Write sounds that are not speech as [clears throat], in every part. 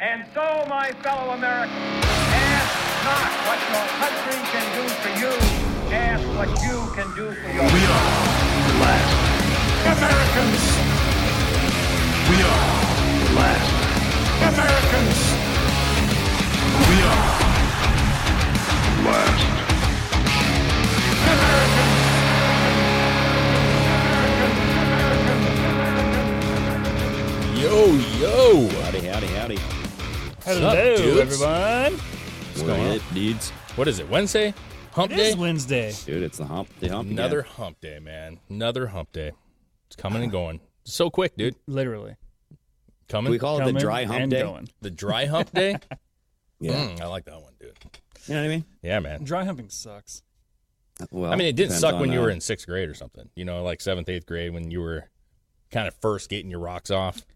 And so, my fellow Americans, ask not what your country can do for you, ask what you can do for your We are the last Americans. We are the last Americans. We are the last Americans. Yo, yo. Howdy, howdy, howdy. Hello, Sup, dudes? [laughs] everyone. What it needs. What is it? Wednesday? Hump It day. is Wednesday. Dude, it's the hump. The hump again. Another hump day, man. Another hump day. It's coming and going. So quick, dude. Literally. Coming. We call it the Coming dry hump and day. Going. the dry hump [laughs] day. Yeah. Mm, I like that one, dude. You know what I mean? Yeah, man. Dry humping sucks. Well, I mean, it didn't depends suck on, when you uh, were in sixth grade or something. You know, like seventh, eighth grade when you were kind of first getting your rocks off.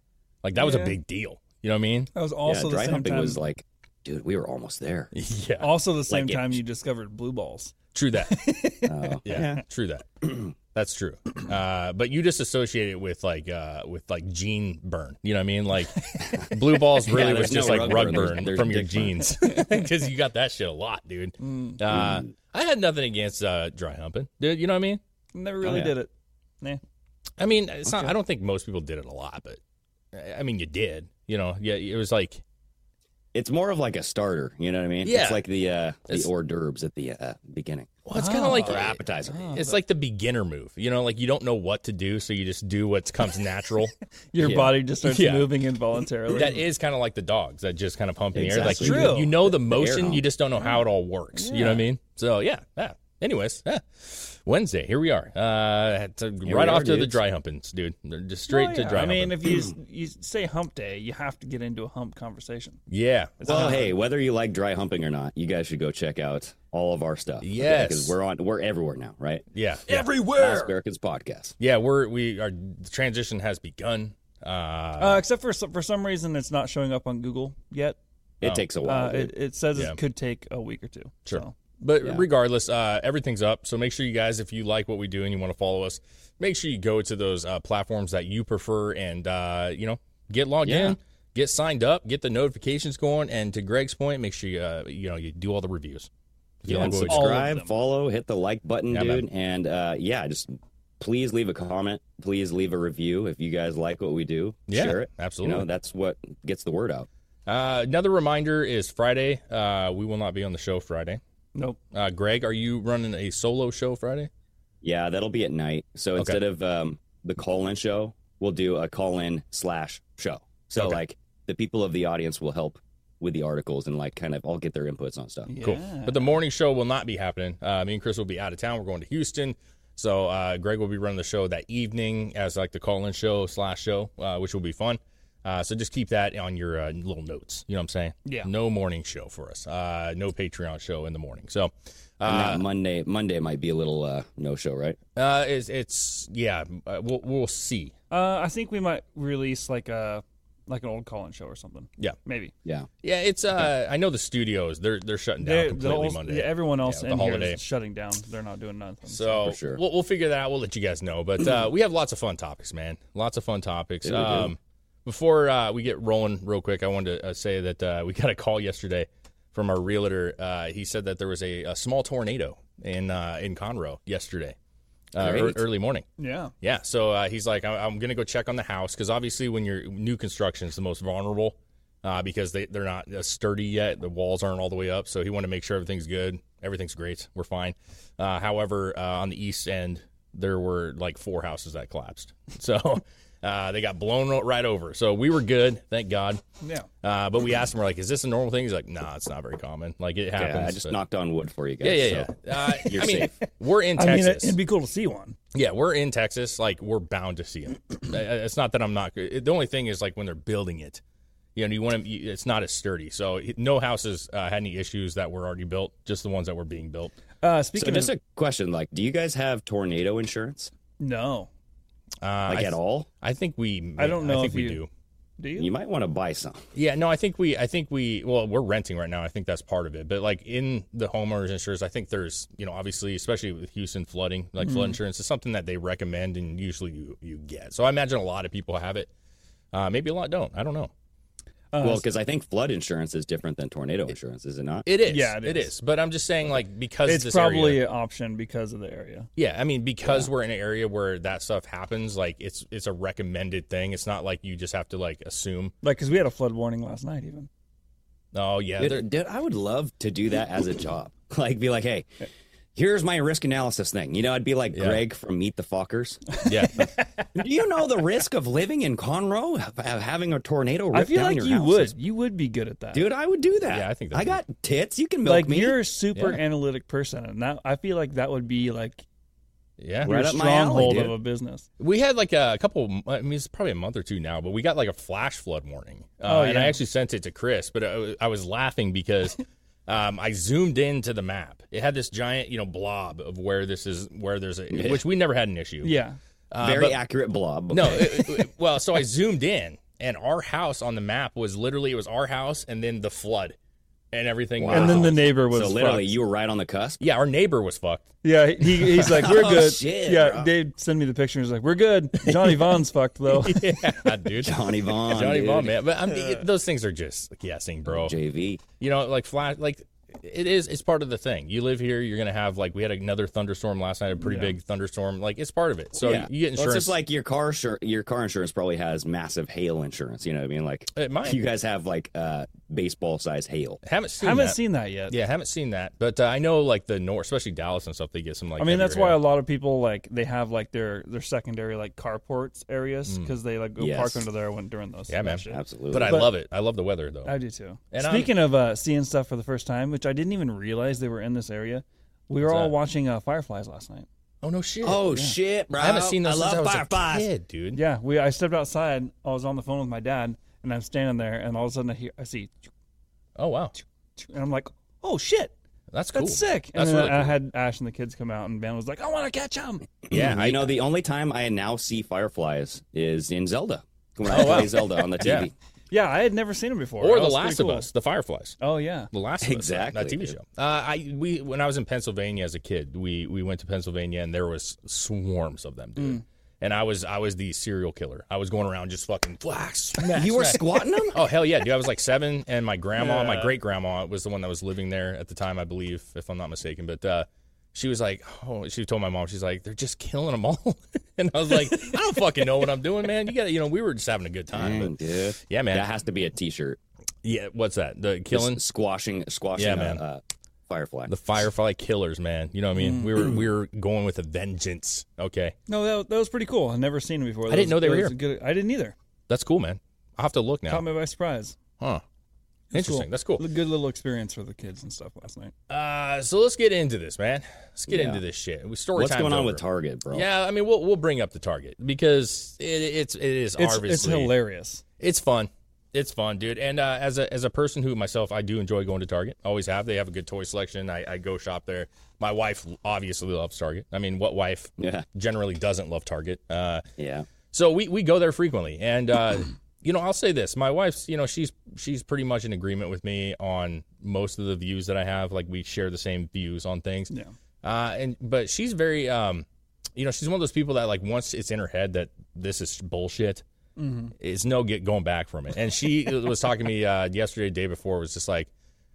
Like that was a Yeah. big deal. You know what I [laughs] mean? That was Yeah, dry also the same humping time. uh, was like, dude, we were almost there. [laughs] yeah. also the same like it- time you discovered blue balls. True that. Oh, Yeah, true that. [clears throat] That's true. Uh, but you just associate it with like uh, with like gene burn. You know what I mean? [laughs] Like blue balls Yeah, really there's was just no like rug rug burn, burn, there's- there's from your dick burn. genes [laughs] [laughs] because you got that shit a lot, dude. Mm. Uh, I had nothing against uh, dry humping, dude. You know what I mean? Never Oh, really yeah. did it. I mean, it's not. I don't think most people did it a lot, but I- I mean, you did. You know, yeah. It was like It's more of like a starter. You know what I mean? Yeah. It's like the uh, the It's- hors d'oeuvres at the uh, beginning well, it's kind of like or appetizer. It's like the beginner move. You know, like you don't know what to do, so you just do what comes [laughs] natural. Your Yeah. body just [laughs] starts Yeah. moving involtarily. That is kind of like the dogs that just kind of pump in Exactly. the air. Like you- True. you, know the, air motion, hump. you just don't know how it all works. You know what I mean? So yeah, yeah. Anyways, yeah. Wednesday, here we are. Uh, to- right we off are, to the dudes. dry humpings, dude. They're Just Well, straight to Oh, yeah. dry. I mean, humping. if you s- you say hump day, you have to get into a hump conversation. yeah, Well, hey, whether you like dry humping or not, you guys should go check out all of our stuff. Yes. because we're on, we're everywhere now, right? [laughs] yeah, yeah. Last Americans podcast. yeah, we're we our transition has begun. Uh, Uh, except for some- for some reason, it's not showing up on Google yet. Oh, It takes a while. Uh, dude. it, it says Yeah. it could take a week or two. Sure. So. But Yeah. regardless, uh, everything's up. So make sure you guys, if you like what we do and you want to follow us, make sure you go to those uh, platforms that you prefer and, uh, you know, get logged Yeah. in, get signed up, get the notifications going. And to Greg's point, make sure you, uh, you know, you do all the reviews. If you yeah, like and what we do. all of subscribe, them. follow, hit the like button, Yeah, man. dude. And uh, yeah, just please leave a comment. Please leave a review if you guys like what we do. Yeah, share it. absolutely. You know, that's what gets the word out. Uh, another reminder is Friday. Uh, we will not be on the show Friday. Nope. Uh, Greg, are you running a solo show Friday? Yeah, that'll be at night. So Okay. instead of um, the call in show, we'll do a call in slash show. So Okay. like the people of the audience will help with the articles and like kind of all get their inputs on stuff. Yeah. Cool. But the morning show will not be happening. Uh, me and Chris will be out of town. We're going to Houston. So uh, Greg will be running the show that evening as like the call-in show slash show, uh, which will be fun. Uh, so just keep that on your uh, little notes. You know what I'm saying? Yeah. No morning show for us. Uh, no Patreon show in the morning. So And uh, that Monday Monday might be a little uh, no show, right? uh, it's, it's yeah. Uh, we'll we'll see. Uh, I think we might release like a like an old call-in show or something. Yeah. Maybe. Yeah. Yeah, it's uh. I know the studios they're they're shutting down They're- the completely whole- Monday. Yeah, everyone else Yeah, in the here holiday. is shutting down. They're not doing nothing. So For sure. we'll, we'll figure that out. We'll let you guys know. But [clears throat] uh, we have lots of fun topics, man. Lots of fun topics. we do. um, before uh, we get rolling real quick, I wanted to uh, say that uh, we got a call yesterday from our realtor. Uh, he said that there was a, a small tornado in uh, in Conroe yesterday, uh, ear Great. early morning. yeah. Yeah. So uh, he's like, I- I'm going to go check on the house because obviously when you're new construction is the most vulnerable uh, because they, they're not uh, sturdy yet. The walls aren't all the way up. So he wanted to make sure everything's good. Everything's great. We're fine. Uh, however, uh, on the east end, there were like four houses that collapsed. [laughs] So uh, they got blown ro- right over. So we were good. Thank God. Yeah. Uh, but we asked him, we're like, is this a normal thing? He's like, nah, it's not very common. Like it happens. Yeah, I just but- knocked on wood for you guys. Yeah, yeah, so. yeah. Uh, [laughs] You're I mean, safe. we're in I Texas. mean, it, would be cool to see one. Yeah, we're in [clears throat] Texas. Like we're bound to see them. I- I- it's not that I'm not. It, the only thing is like when they're building it, You know, you want to. It's not as sturdy. So he- no houses uh, had any issues that were already built. Just the ones that were being built. Uh, So speaking just of a question, like, do you guys have tornado insurance? no, Uh, Like I, at all? I think we. may- I don't know I think if we you- do. do you? You might want to buy some. Yeah, no, I think we, I think we, well, we're renting right now. I think that's part of it. But like in the homeowners insurance, I think there's, you know, obviously, especially with Houston flooding, like Mm-hmm. flood insurance is something that they recommend and usually you, you get. So I imagine a lot of people have it. Uh, maybe a lot don't. I don't know. Uh, well, because I think flood insurance is different than tornado insurance, is it not? It is. Yeah, it it is. is. But I'm just saying, like, because it's this probably area- an option because of the area. Yeah, I mean, because we're in an area where that stuff happens, like it's it's a recommended thing. It's not like you just have to like assume. Like, because we had a flood warning last night, even. Oh yeah, Dude, they're- dude, I would love to do that as a job. [laughs] Like, be like, hey, here's my risk analysis thing. You know, I'd be like Yeah. Greg from Meet the Fockers. yeah. [laughs] [laughs] do you know the risk of living in Conroe, of of having a tornado rip I feel down like your you house? would. You would be good at that. Dude, I would do that. Yeah, I think that'd be- I got tits. You can milk like me. you're a super Yeah. analytic person, and that I feel like that would be like yeah. Right your up my alley, stronghold dude. of a business. We had like a couple. I mean, it's probably a month or two now, but we got like a flash flood warning, uh, Oh, and I yeah. actually sent it to Chris. But I, was- I was laughing [laughs] because um, I zoomed into the map. It had this giant, you know, blob of where this is, where there's a, Yeah. which we never had an issue. Yeah, Uh, Very but- accurate blob. [laughs] No, it- it- it- well, so I zoomed in, and our house on the map was literally it was our house, and then the flood, and everything. Wow. and then the neighbor was so literally, fucked. you were right on the cusp. yeah, our neighbor was fucked. [laughs] Yeah, he, he's like, we're Oh, good. shit, yeah, bro. Dave sent me the picture. He's like, we're good. Johnny Vaughn's fucked though. yeah, dude. Johnny [laughs] Vaughn. Johnny dude. Vaughn, man. But I'm, those things are just guessing, bro. JV. You know, like flash, like it is. It's part of the thing. You live here, you're gonna have like we had another thunderstorm last night, a pretty big thunderstorm. Like it's part of it. So Yeah. you get Well, it's insurance. just like your car insur- your car insurance probably has massive hail insurance. You know what I mean? Like It might. you guys have like uh, baseball size hail. haven't seen. haven't that. seen that yet. Yeah, haven't seen that. But uh, I know like the north, especially Dallas and stuff. They get some like. I mean, heavier that's why a hail. lot of people like they have like their their secondary like carports areas because they like go park Yes. under there when during those. Mm. Yeah, man. shit. Absolutely. But I But- love it. I love the weather though. I do too. And I'm- Speaking of uh, seeing stuff for the first time, which I didn't even realize they were in this area, we were all that? watching uh, Fireflies last night. oh no shit. oh shit, bro! I haven't seen those I love since I was fireflies. a kid, dude. Yeah, we. I stepped outside. I was on the phone with my dad, and I'm standing there, and all of a sudden I hear, I see, Oh wow, and I'm like, oh shit, that's cool. that's sick. And That's then really I uh, cool. had Ash and the kids come out, and Van was like, I want to catch them. Yeah, I you know the only time I now see fireflies is in Zelda when I Oh, wow. play [laughs] Zelda on the Yeah. TV. Yeah, I had never seen him before. Or That the was Last pretty of cool. Us, the Fireflies. Oh yeah. The Last of Us, that- that Exactly, TV dude. show. Uh, I we when I was in Pennsylvania as a kid, we we went to Pennsylvania and there was swarms of them, Mm. dude. And I was I was the serial killer. I was going around just fucking whack, [laughs] smack, You were smack. squatting [laughs] them? Oh hell yeah, dude! I was like seven, and my grandma, my great grandma, was the one that was living there at the time, I believe, if I'm not mistaken. But uh, she was like, oh, she told my mom, she's like, they're just killing them all, [laughs] and I was like, I don't fucking know what I'm doing, man. You got to, you know, we were just having a good time. Dang, but- Uh, dude. yeah, man. That has to be a T-shirt. yeah, what's that? The Just killing squashing, squashing. Yeah, a, man. Uh, firefly. the Firefly Killers, man. You know what I Mm. mean? We were we [clears throat] were going with a vengeance. Okay, No, that, that was pretty cool. I've never seen him before. That didn't was- know they that were was a Good, I didn't either. that's cool, man. I'll have to look Caught now. me by surprise. Huh? Interesting. That's cool. A good little experience for the kids and stuff last night. Uh, so let's get into this, man. Let's get into this shit. We story What's time's going on over. with Target, Oh. bro? Yeah, I mean, we'll we'll bring up the target because it, it's it is It's, obviously it's hilarious. It's fun. It's fun, dude. And uh, as a as a person who myself, I do enjoy going to Target. Always have. They have a good toy selection. I, I go shop there. My wife obviously loves Target. I mean, what wife Yeah. generally doesn't love Target? Uh, Yeah. so we, we go there frequently, and uh, [clears throat] you know I'll say this: my wife's you know she's she's pretty much in agreement with me on most of the views that I have. Like we share the same views on things. Yeah. Uh, and but she's very um, you know she's one of those people that like once it's in her head that this is bullshit, it's no get going back from it. And she [laughs] was talking to me uh, yesterday, day before, was just like,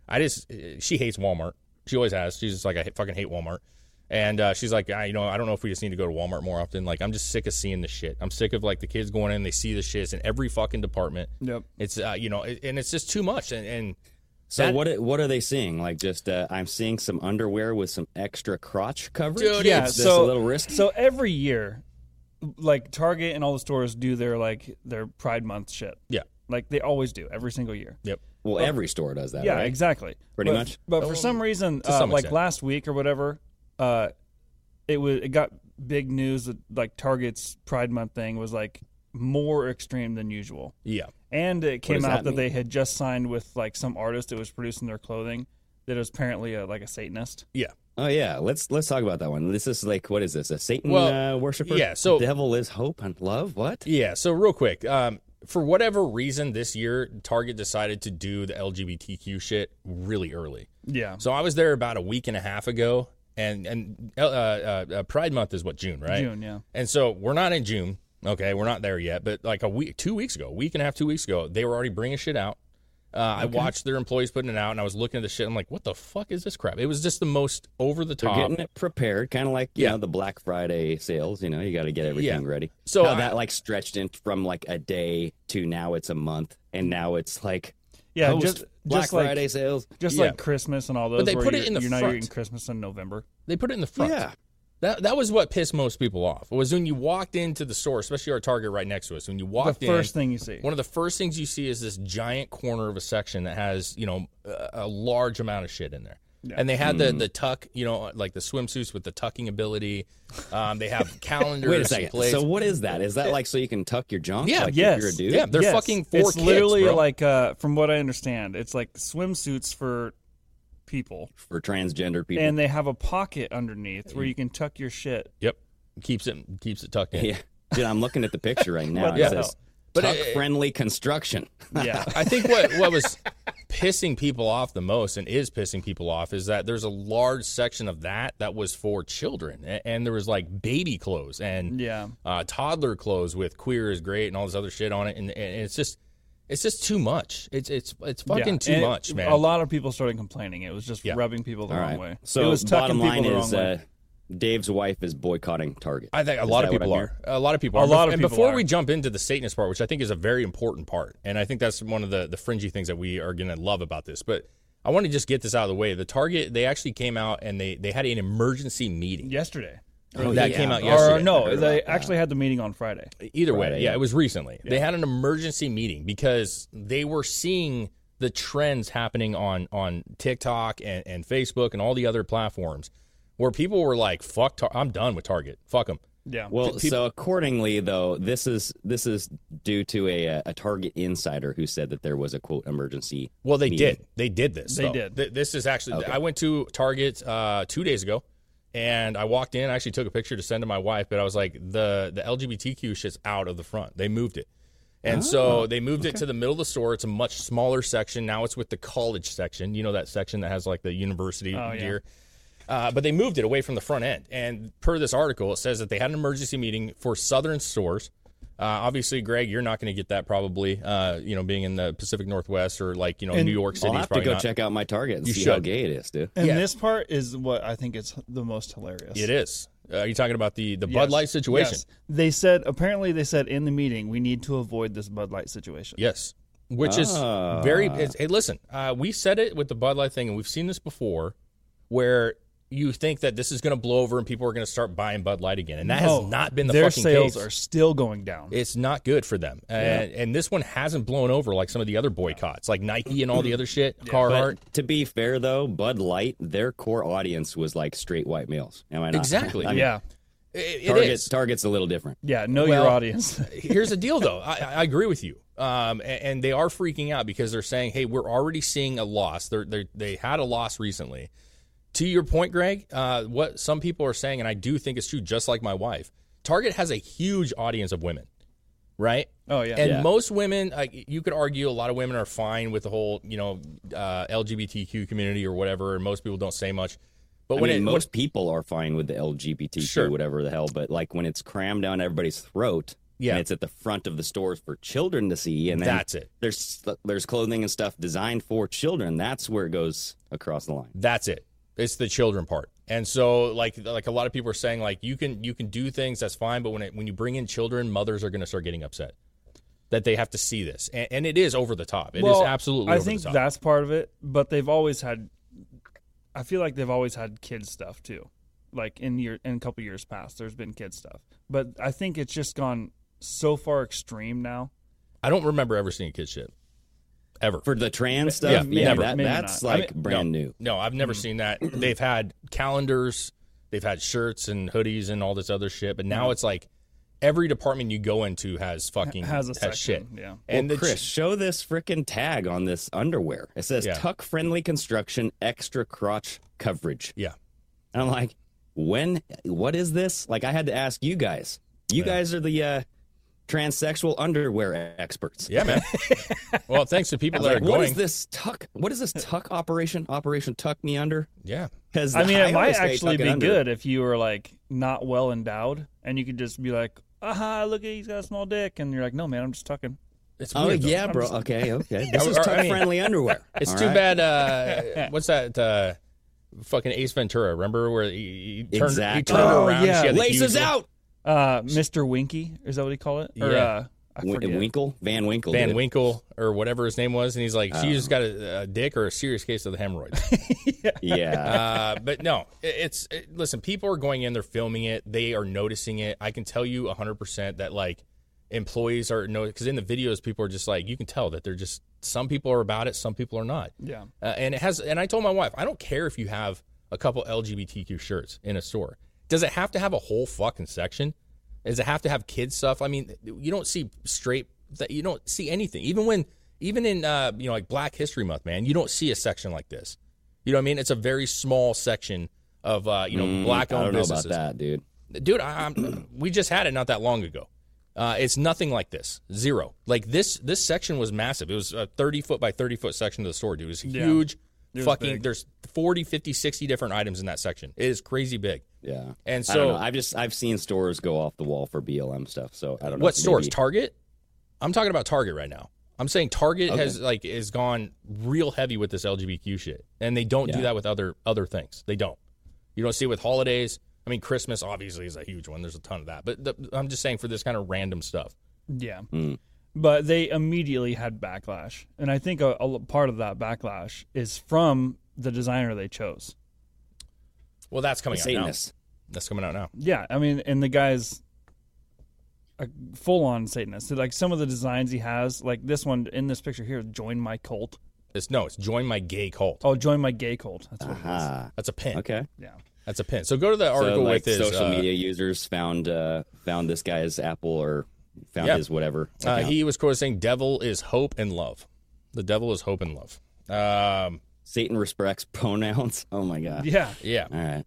I just she hates Walmart. She always has. She's just like I ha- fucking hate Walmart. And uh, she's like, I, you know, I don't know if we just need to go to Walmart more often. Like, I'm just sick of seeing this shit. I'm sick of like the kids going in, they see the shit It's in every fucking department. Yep. It's uh, you know, it, and it's just too much. And, and So That- what what are they seeing? Like just uh, I'm seeing some underwear with some extra crotch coverage. Dude, yeah, It's just so a little risky. So every year, like Target and all the stores do their like their Pride Month shit. yeah, Like they always do every single year. yep, well, every store does that. Yeah, right? exactly. Pretty But- much. But for some reason, uh, Oh, some like extent. last week or whatever, uh, it was it got big news that like Target's Pride Month thing was like more extreme than usual. yeah. And it came does out that that, mean? they had just signed with like some artist that was producing their clothing that was apparently a, like a Satanist. Yeah. Oh yeah, let's let's talk about that one. This is like what is this? A Satan Well, uh, worshiper? yeah, so- devil is hope and love. What? Yeah. So real quick, um, for whatever reason, this year Target decided to do the LGBTQ shit really early. Yeah. So I was there about a week and a half ago, and and uh, uh, uh, Pride Month is what June, right? June, yeah. And so we're not in June. Okay, we're not there yet. But like a week, two weeks ago, a week and a half, two weeks ago, they were already bringing shit out. Uh, I watched their employees putting it out, and I was looking at the shit. I'm like, what the fuck is this crap? It was just the most over the They're top. getting it prepared, kind of like you Yeah. know the Black Friday sales. You know, you got to get everything Yeah. ready. So How I- that like stretched in from like a day to now it's a month, and now it's like Uh, Yeah, post just- Black just like- Friday sales. Just Yeah. like Christmas and all those. they where put it you're- in the you're not front. eating Christmas in November. They put it in the front. Yeah. That that was what pissed most people off. Was when you walked into the store, especially our Target right next to us. When you The walked first in, thing you see. one of the first things you see is this giant corner of a section that has you know a, a large amount of shit in there. And they had the Hmm. the tuck, you know, like the swimsuits with the tucking ability. Um, they [laughs] have calendars. Wait a second. plates. So what is that? Is that like so you can tuck your junk? Yeah. Like Yes. If you're a dude. yeah, they're Yes, fucking four It's kids, literally bro. like, uh, from what I understand, it's like swimsuits for people, For transgender people. and they have a pocket underneath where you can tuck [laughs] your shit. yep, keeps it keeps it tucked in. [laughs] yeah. Dude, I'm looking at the picture right [laughs] now. and the It hell? says But tuck it- friendly construction. Yeah, I think what what was pissing people off the most and is pissing people off is that there's a large section of that that was for children and, and there was like baby clothes and yeah. uh, toddler clothes with queer is great and all this other shit on it and, and it's just it's just too much. It's it's it's fucking Yeah, too and much, man. A lot of people started complaining. It was just Yeah. rubbing people the All wrong right. way. So it was bottom tucking line people the is wrong way. uh, Dave's wife is boycotting Target. I think a Is lot of that what people I hear? are. A lot of people are. A lot of and people before are. we jump into the Satanist part, which I think is a very important part, and I think that's one of the the fringy things that we are going to love about this. But I want to just get this out of the way. The Target they actually came out and they they had an emergency meeting yesterday, that Oh, yeah. came out Or yesterday. or no, they actually had the meeting on Friday. Either way, Friday, yeah, yeah. it was recently. They had an emergency meeting because they were seeing the trends happening on on TikTok and, and Facebook and all the other platforms where people were like, "Fuck, Tar- I'm done with Target. Fuck them." Yeah, Well, so accordingly, though, this is this is due to a uh, a Target insider who said that there was a quote emergency. Well, they meeting. did. They did this. They though. did. Th- this is actually. I went to Target uh, two days ago, and I walked in. I actually took a picture to send to my wife, but I was like, the the LGBTQ shit's out of the front. They moved it, and so they moved it to the middle of the store. It's a much smaller section now. It's with the college section. You know that section that has like the university Oh, yeah. gear. Uh, but they moved it away from the front end. And per this article, it says that they had an emergency meeting for Southern stores. Uh, obviously, Greg, you're not going to get that probably. Uh, you know, being in the Pacific Northwest or like you know New York City, I'll is have to probably go not. check out my Target and You see how should. gay it is, dude. and yeah. this part is what I think is the most hilarious. It is. Uh, are you talking about the the Yes. Bud Light situation? Yes. They said apparently they said in the meeting we need to avoid this Bud Light situation. Yes. Which is very. It's, hey, listen, uh, we said it with the Bud Light thing, and we've seen this before where you think that this is going to blow over and people are going to start buying Bud Light again. And that No, has not been the Oh, their fucking sales case. are still going down. It's not good for them. And, and this one hasn't blown over like some of the other boycotts, like Nike and all the other shit, Carhartt. But to be fair, though, Bud Light, their core audience was like straight white males. Am I not? Exactly. [laughs] I mean, yeah, It- it Target, is. Target's a little different. yeah. Know Well- your audience. [laughs] Here's the deal, though. I, I agree with you. Um, a- and, they are freaking out because they're saying, hey, we're already seeing a loss. They're, they're, they had a loss recently. To your point, Greg, uh, what some people are saying, and I do think it's true, just like my wife, Target has a huge audience of women, right? oh yeah. And Yeah. most women, like you could argue, a lot of women are fine with the whole, you know, uh, LGBTQ community or whatever. And most people don't say much. But I when mean, it, most people are fine with the LGBTQ, Sure. whatever the hell, but like when it's crammed down everybody's throat, Yeah. and it's at the front of the stores for children to see, and then That's it. There's there's clothing and stuff designed for children. That's where it goes across the line. That's it. It's the children part. And so like like a lot of people are saying like you can you can do things that's fine, but when it, when you bring in children, mothers are going to start getting upset that they have to see this, and, and it is over the top. It is absolutely. I over think the top. that's part of it, but they've always had. I feel like they've always had kids stuff too, like in year in a couple years past. There's been kids stuff, but I think it's just gone so far extreme now. I don't remember ever seeing kid shit ever. For the trans stuff, Yeah, man, never. that, Maybe that's not. I like brand no, new. No, I've Mm. never seen [clears throat] that. They've Mm. had calendars, they've had shirts and hoodies and all this other shit, but now it's like every department you go into has fucking has a section. shit. Yeah. And Well, the Chris, Chris- show this freaking tag on this underwear. It says Yeah. tuck friendly construction, extra crotch coverage. Yeah. And I'm like, when? What is this? Like, I had to ask you guys. You guys are the uh, transsexual underwear experts. Yeah, [laughs] man. well, thanks to people I was that like, are what going. is this tuck? What is this tuck operation? Operation Tuck Me Under? Yeah. Because I mean, it might always say actually tuck it be under. good if you were like not well endowed, and you could just be like, "Aha! Look at he's got a small dick," and you're like, "No, man, I'm just tucking." It's Oh weird, though. yeah, bro. [laughs] Okay, okay. This is Or- or, I tuck mean, friendly underwear. [laughs] It's All too right. bad. [laughs] Uh, what's that? Uh, fucking Ace Ventura. Remember where he, he turned, he Exactly. turned Oh, around? yeah. She had the Laces huge- out. Uh, Mr. Winky is that what he call it? Or, Yeah. uh, I Win- forget. Winkle, Van Winkle. Van dude. Winkle or whatever his name was, and he's like, she Oh. just got a, a dick or a serious case of the hemorrhoids. Yeah. uh, but no, it, it's it, listen. People are going in, they're filming it, they are noticing it. I can tell you hundred percent that like employees are no because in the videos, people are just like you can tell that they're just some people are about it, some people are not. Yeah. Uh, and it has, and I told my wife, I don't care if you have a couple LGBTQ shirts in a store. Does it have to have a whole fucking section? Does it have to have kids stuff? I mean, you don't see straight that you don't see anything. Even when, even in uh, you know like Black History Month, man, you don't see a section like this. You know what I mean? It's a very small section of uh, you know [laughs] black Um, Mm, I owned don't know about businesses. that, dude. Dude, I, I'm, [clears throat] we just had it not that long ago. Uh, it's nothing like this. Zero. Like this. This section was massive. It was a 30 foot by 30 foot section of the store, dude. It was huge. was fucking. big. There's 40, 50, 60 different items in that section. It is crazy big. Yeah. And I don't so- know. I've just I've seen stores go off the wall for BLM stuff. So I don't know. What stores? Maybe- Target. I'm talking about Target right now. I'm saying Target has like is gone real heavy with this LGBTQ shit, and they don't do Yeah. that with other other things. They don't. You don't see it with holidays. I mean, Christmas obviously is a huge one. There's a ton of that, but the, I'm just saying for this kind of random stuff. Yeah. Mm. But they immediately had backlash, and I think a, a l- part of that backlash is from the designer they chose. Well, that's coming out now. Satanists. That's coming out now. Yeah, I mean, and the guy's a full-on Satanist. So, like some of the designs he has, like this one in this picture here, "Join my cult." It's no, it's join my gay cult. Oh, join my gay cult. That's what it is. Ah. That's a pin. Okay. Yeah. That's a pin. So go to the article so like with his social uh, media users found uh found this guy's Apple or found Yeah. his whatever. Uh, account. he was quoted saying, "Devil is hope and love. The devil is hope and love." Um, Satan respects [laughs] pronouns. Oh my god. Yeah. yeah. All right.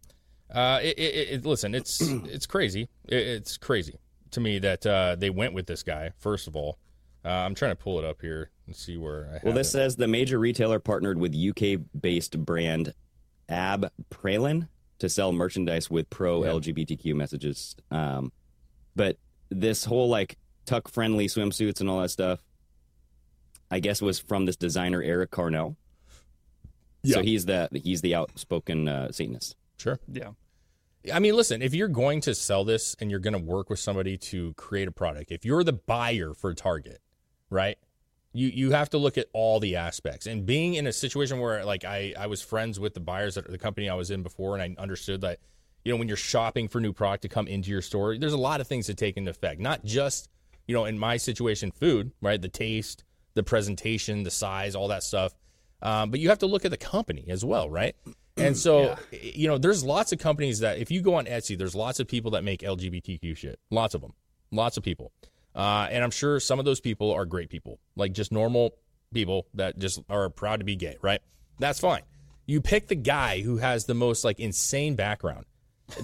Uh, it, it, it- it, listen, it's it's crazy. It, it's crazy to me that uh, they went with this guy. First of all, uh, I'm trying to pull it up here and see where. I have Well, this it. says the major retailer partnered with UK-based brand Ab Pralin to sell merchandise with pro LGBTQ messages. Um, but this whole like tuck-friendly swimsuits and all that stuff, I guess, was from this designer Eric Carnell. So Yeah. he's the he's the outspoken uh, Satanist. sure. Yeah. I mean, listen, if you're going to sell this and you're going to work with somebody to create a product, if you're the buyer for Target, right? You you have to look at all the aspects. And being in a situation where like I I was friends with the buyers at the company I was in before and I understood that you know when you're shopping for new product to come into your store, there's a lot of things to take into effect. Not just, you know, in my situation food, right? The taste, the presentation, the size, all that stuff. Um, but you have to look at the company as well, right? And so, you know, there's lots of companies that if you go on Etsy, there's lots of people that make LGBTQ shit. Lots of them. Lots of people. Uh, and I'm sure some of those people are great people, like just normal people that just are proud to be gay, right? That's fine. You pick the guy who has the most like insane background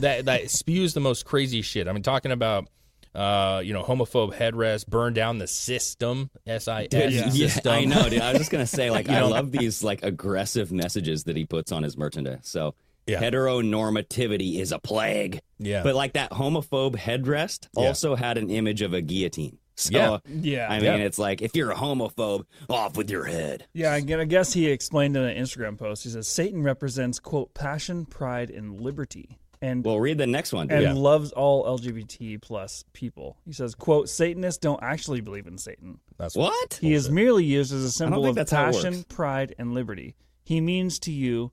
that that [laughs] spews the most crazy shit. I mean, talking about uh, you know, homophobe headrest, burn down the system, S I Yeah. S system. I know, dude. I was just gonna say, like, I know? love these like aggressive messages that he puts on his merchandise. So Yeah. heteronormativity is a plague. Yeah. But like that homophobe headrest Yeah. also had an image of a guillotine. So Yeah. Yeah. I mean, Yeah. it's like if you're a homophobe, off with your head. Yeah, I gu- I guess he explained in an Instagram post. He says Satan represents quote passion, pride, and liberty, and Well, read the next one. dude. and yeah. loves all LGBT plus people. He says quote Satanists don't actually believe in Satan. That's What? He is merely used as a symbol think of that's how it passion, works. pride, and liberty. He means to you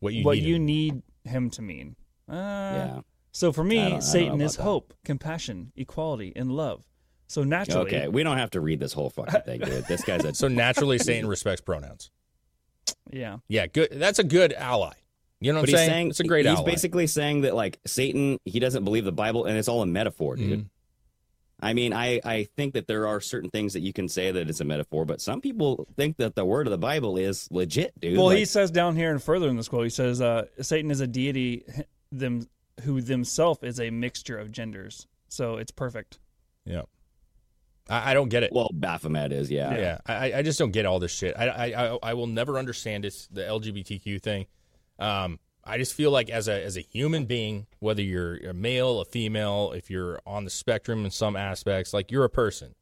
what you what needed. you need him to mean. Uh, Yeah. So I for don't- I me, don't Satan know is about that. hope, compassion, equality, and love. So naturally, Okay, we don't have to read this whole fucking thing, dude. This guy's [laughs] a So [laughs] naturally, Satan respects pronouns. yeah, Yeah, good. That's a good ally. You know what I'm but he's saying? saying It's a great he's ally. Mm-hmm. basically saying that like Satan, he doesn't believe the Bible, and it's all a metaphor, dude. I mean, I, I think that there are certain things that you can say that it's a metaphor, but some people think that the word of the Bible is legit, dude. Well, Like, he says down here and further in this quote, he says uh, Satan is a deity them who themself is a mixture of genders. So it's perfect. Yeah. I, I don't get it. well, Baphomet is, yeah. yeah. I, I just don't get all this shit. I, I, I, I will never understand it. The LGBTQ thing. Um, I just feel like as a as a human being, whether you're a male, a female, if you're on the spectrum in some aspects, like you're a person,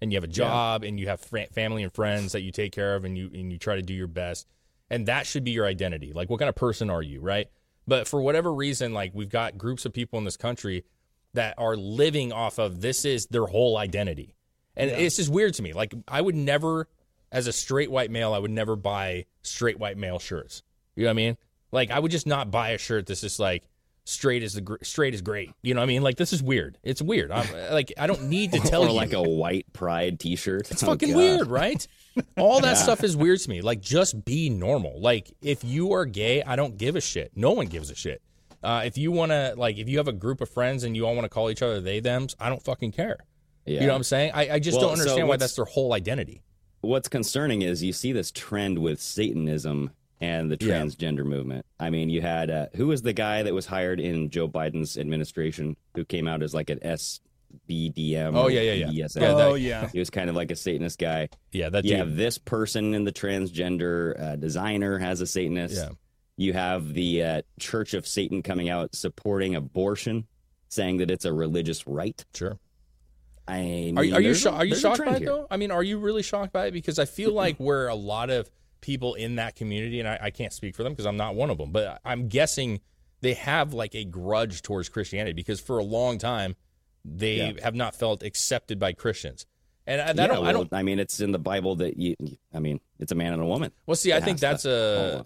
and you have a job, and you have fr- family and friends that you take care of, and you and you try to do your best, and that should be your identity. Like, what kind of person are you, right? But for whatever reason, like we've got groups of people in this country that are living off of this is their whole identity. And it's just weird to me. Like I would never, as a straight white male, I would never buy straight white male shirts. You know what I mean? Like I would just not buy a shirt that's just like straight is the gr- straight is great. You know what I mean? Like this is weird. It's weird. I'm like I don't need [laughs] to tell or you. like a white pride Oh, t shirt. [laughs] It's fucking weird, right? All that stuff is weird to me. Like, just be normal. Like, if you are gay, I don't give a shit. No one gives a shit. Uh, if you want to, like, if you have a group of friends and you all want to call each other they thems, I don't fucking care. Yeah. You know what I'm saying? I, I just Well, don't so understand why what's- that's their whole identity. What's concerning is you see this trend with Satanism and the Yeah. transgender movement. I mean, you had uh, who was the guy that was hired in Joe Biden's administration who came out as like an SBDM? Oh, or yeah, yeah, yeah. BDSM? Yeah, that- oh yeah. He was kind of like a Satanist guy. Yeah, that you yeah, have this person in the transgender uh, designer has a Satanist. Yeah. You have the uh, Church of Satan coming out supporting abortion, saying that it's a religious right. sure. I mean, Are, are you there's a- sho- are you there's a shocked trend by it here. though? I mean, are you really shocked by it? Because I [clears throat] feel like where a lot of people in that community, and I, I can't speak for them because I'm not one of them, but I'm guessing they have like a grudge towards Christianity because for a long time they have not felt accepted by Christians, and I, that Yeah, don't, I well, don't. I mean, it's in the Bible that you. I mean, it's a man and a woman. Well, see, I think Yeah, that's a,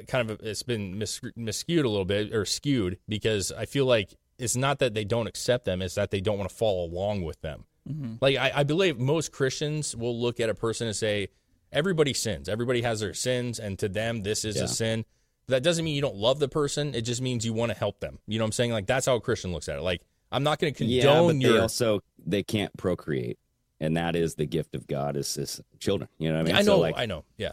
a kind of a, it's been mis- miscued a little bit or skewed because I feel like it's not that they don't accept them; it's that they don't want to follow along with them. Mm-hmm. Like I, I believe most Christians will look at a person and say, "Everybody sins. Everybody has their sins, and to them, this is Yeah. a sin." That doesn't mean you don't love the person. It just means you want to help them. You know what I'm saying? Like that's how a Christian looks at it. Like I'm not going to Yeah, condone but your. they also they can't procreate, and that is the gift of God is, is children. You know what I mean? I know. So, like, I know. Yeah.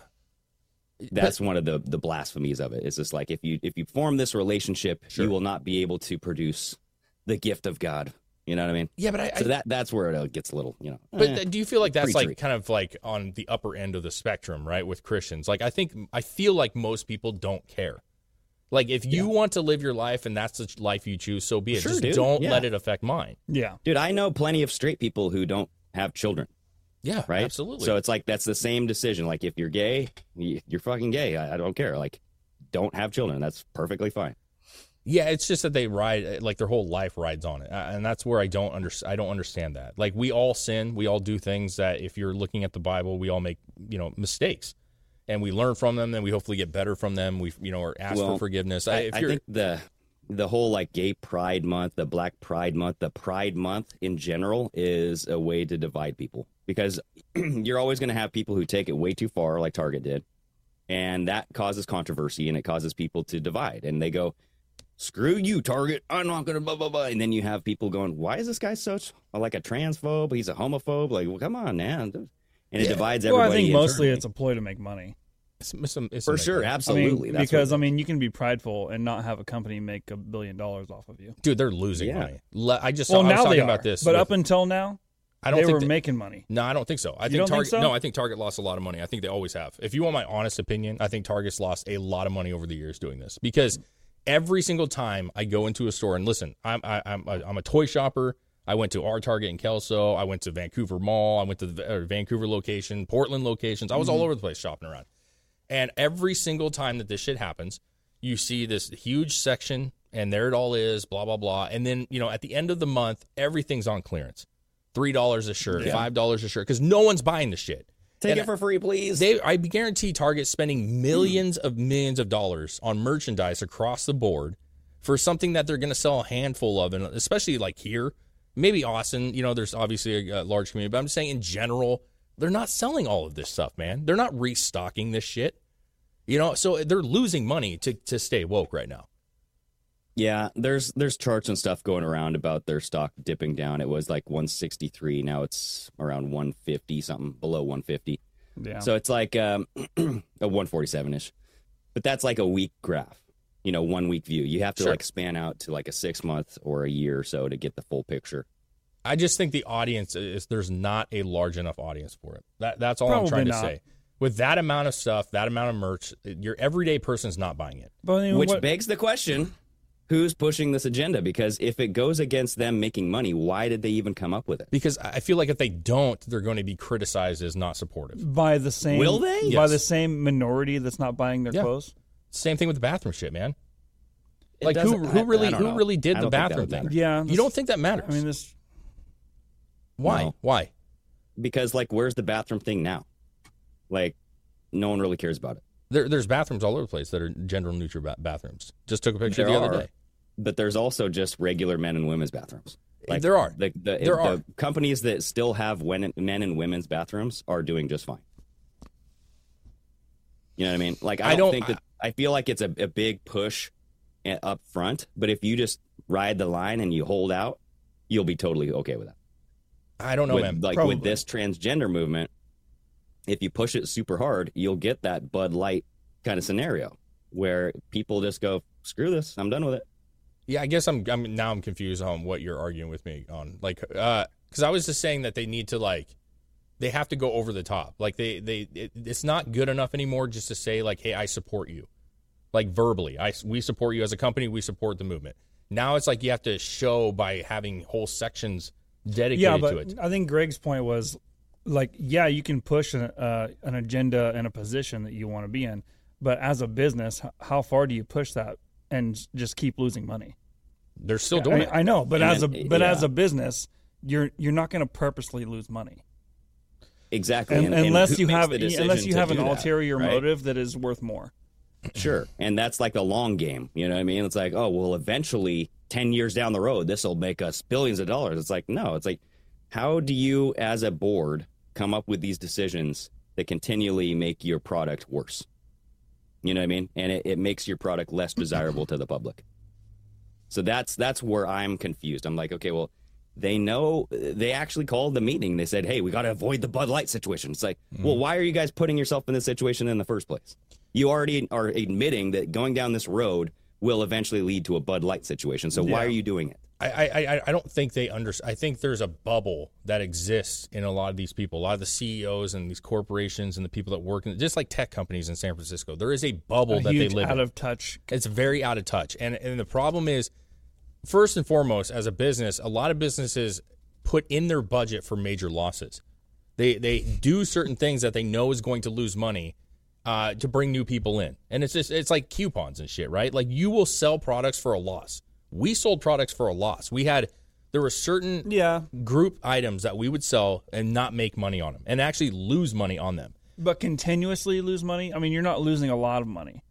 that's one of the the blasphemies of it. It's just like if you if you form this relationship, Sure. you will not be able to produce the gift of God. You know what I mean? Yeah, but I, So that that's where it gets a little, you know. But eh. th- do you feel like that's like preachery. kind of like on the upper end of the spectrum, right? With Christians, like I think I feel like most people don't care. Like if you want to live your life and that's the ch- life you choose, so be it. Sure, Just dude. don't Yeah. let it affect mine. Yeah. dude, I know plenty of straight people who don't have children, Yeah, right? Absolutely. So it's like that's the same decision. Like if you're gay, y- you're fucking gay. I, I don't care. Like don't have children. That's perfectly fine. yeah, it's just that they ride eh, like their whole life rides on it, Uh, and that's where I don't under I don't understand that. Like we all sin, we all do things that if you're looking at the Bible, we all make you know mistakes, and we learn from them, and we hopefully get better from them. We you know or ask Well, for forgiveness. I, if I you're think the the whole like gay pride month, the black pride month, the pride month in general is a way to divide people because [clears throat] you're always going to have people who take it way too far, like Target did, and that causes controversy and it causes people to divide and they go, "Screw you, Target! I'm not going to blah blah blah." And then you have people going, "Why is this guy such like a transphobe? He's a homophobe! Like, well, come on, man!" And it divides Well, everybody. I think mostly internally. it's a ploy to make money. it's- it's- it's- for sure, I mean, absolutely. That's what because it I is. mean, you can be prideful and not have a company make a billion dollars off of you. dude, they're losing Yeah. money. Le- I just well, I was now talking they about are, this, but with- up until now, I don't they think were that- making money. No, I don't think so. I You think don't think Target. so? No, I think Target lost a lot of money. I think they always have. If you want my honest opinion, I think Target's lost a lot of money over the years doing this because every single time I go into a store and listen, I'm I, I'm a, I'm a toy shopper. I went to our Target in Kelso. I went to Vancouver Mall. I went to the uh, Vancouver location, Portland locations. I was Mm-hmm. all over the place shopping around. And every single time that this shit happens, you see this huge section and there it all is, blah, blah, blah. And then, you know, at the end of the month, everything's on clearance. Three dollars a shirt, five dollars a shirt, because no one's buying the shit. take and it for free, please. They, I guarantee Target's spending millions of millions of dollars on merchandise across the board for something that they're going to sell a handful of, and especially like here, maybe Austin. You know, there's obviously a, a large community, but I'm just saying in general, they're not selling all of this stuff, man. They're not restocking this shit. You know, so they're losing money to to stay woke right now. Yeah, there's there's charts and stuff going around about their stock dipping down. It was like 163, now it's around 150 something, below 150. Yeah. So it's like um, [clears throat] a 147 ish, but that's like a week graph. You know, one week view. You have to Sure. like span out to like a six month or a year or so to get the full picture. I just think the audience is there's not a large enough audience for it. That that's all Probably I'm trying not. to say. With that amount of stuff, that amount of merch, your everyday person's not buying it. But I mean, Which what- begs the question who's pushing this agenda? Because if it goes against them making money, why did they even come up with it? Because I I feel like if they don't, they're going to be criticized as not supportive. by the same Will they? by Yes. the same minority that's not buying their Yeah. clothes? Same thing with the bathroom shit, man. It like who doesn't- I- who I really don't who know. really did I the don't think that bathroom would thing? matter. Yeah, You don't think that matters? I mean, this why? No. Why? Because like where's the bathroom thing now? Like no one really cares about it. There, there's bathrooms all over the place that are gender neutral ba- bathrooms. Just took a picture There the other are. day. But there's also just regular men and women's bathrooms. Like There are. the, the, There the are. companies that still have when, men and women's bathrooms are doing just fine. You know what I mean? Like I, I don't, don't- think that I feel like it's a, a big push a- up front, but if you just ride the line and you hold out, you'll be totally okay with that. I don't know, with, man. like Probably. with this transgender movement, if you push it super hard, you'll get that Bud Light kind of scenario where people just go, "Screw this, I'm done with it." Yeah, I guess I'm, I'm now I'm confused on what you're arguing with me on. Like, uh, because I was just saying that they need to like, they have to go over the top. Like they they it, it's not good enough anymore just to say like, hey, I support you, like verbally. I we support you as a company. We support the movement. Now it's like you have to show by having whole sections dedicated yeah, to but it. I think Greg's point was like, yeah, you can push an, uh, an agenda and a position that you want to be in, but as a business, h- how far do you push that and s- just keep losing money? They're still doing I, it. I know, but And as a then- but as yeah. a business, you're you're not going to purposely lose money Exactly, and, And- and unless who you makes have e, the unless decision you to have an do that, ulterior right? motive that is worth more. Sure, and that's like the long game. You know what I mean? It's like, oh, well, eventually, ten years down the road, this will make us billions of dollars. It's like, no, it's like, how do you, as a board, come up with these decisions that continually make your product worse? You know what I mean? And it, it makes your product less desirable to the public. So that's that's where I'm confused. I'm like, okay, well, they know they actually called the meeting. They said, hey, we got to avoid the Bud Light situation. It's like, well, why are you guys putting yourself in this situation in the first place? You already are admitting that going down this road will eventually lead to a Bud Light situation. So why are you doing it? I, I, I- I don't think they under. I think there's a bubble that exists in a lot of these people, a lot of the CEOs and these corporations and the people that work in just like tech companies in San Francisco. There is a bubble A that huge they live out in. of touch. it's very out of touch, and and the problem is, first and foremost, as a business, a lot of businesses put in their budget for major losses. They they do certain things that they know is going to lose money uh, to bring new people in, and it's just it's like coupons and shit, right? Like you will sell products for a loss. We sold products for a loss. We had there were certain Yeah, group items that we would sell and not make money on them, and actually lose money on them. but continuously lose money. I mean, you're not losing a lot of money.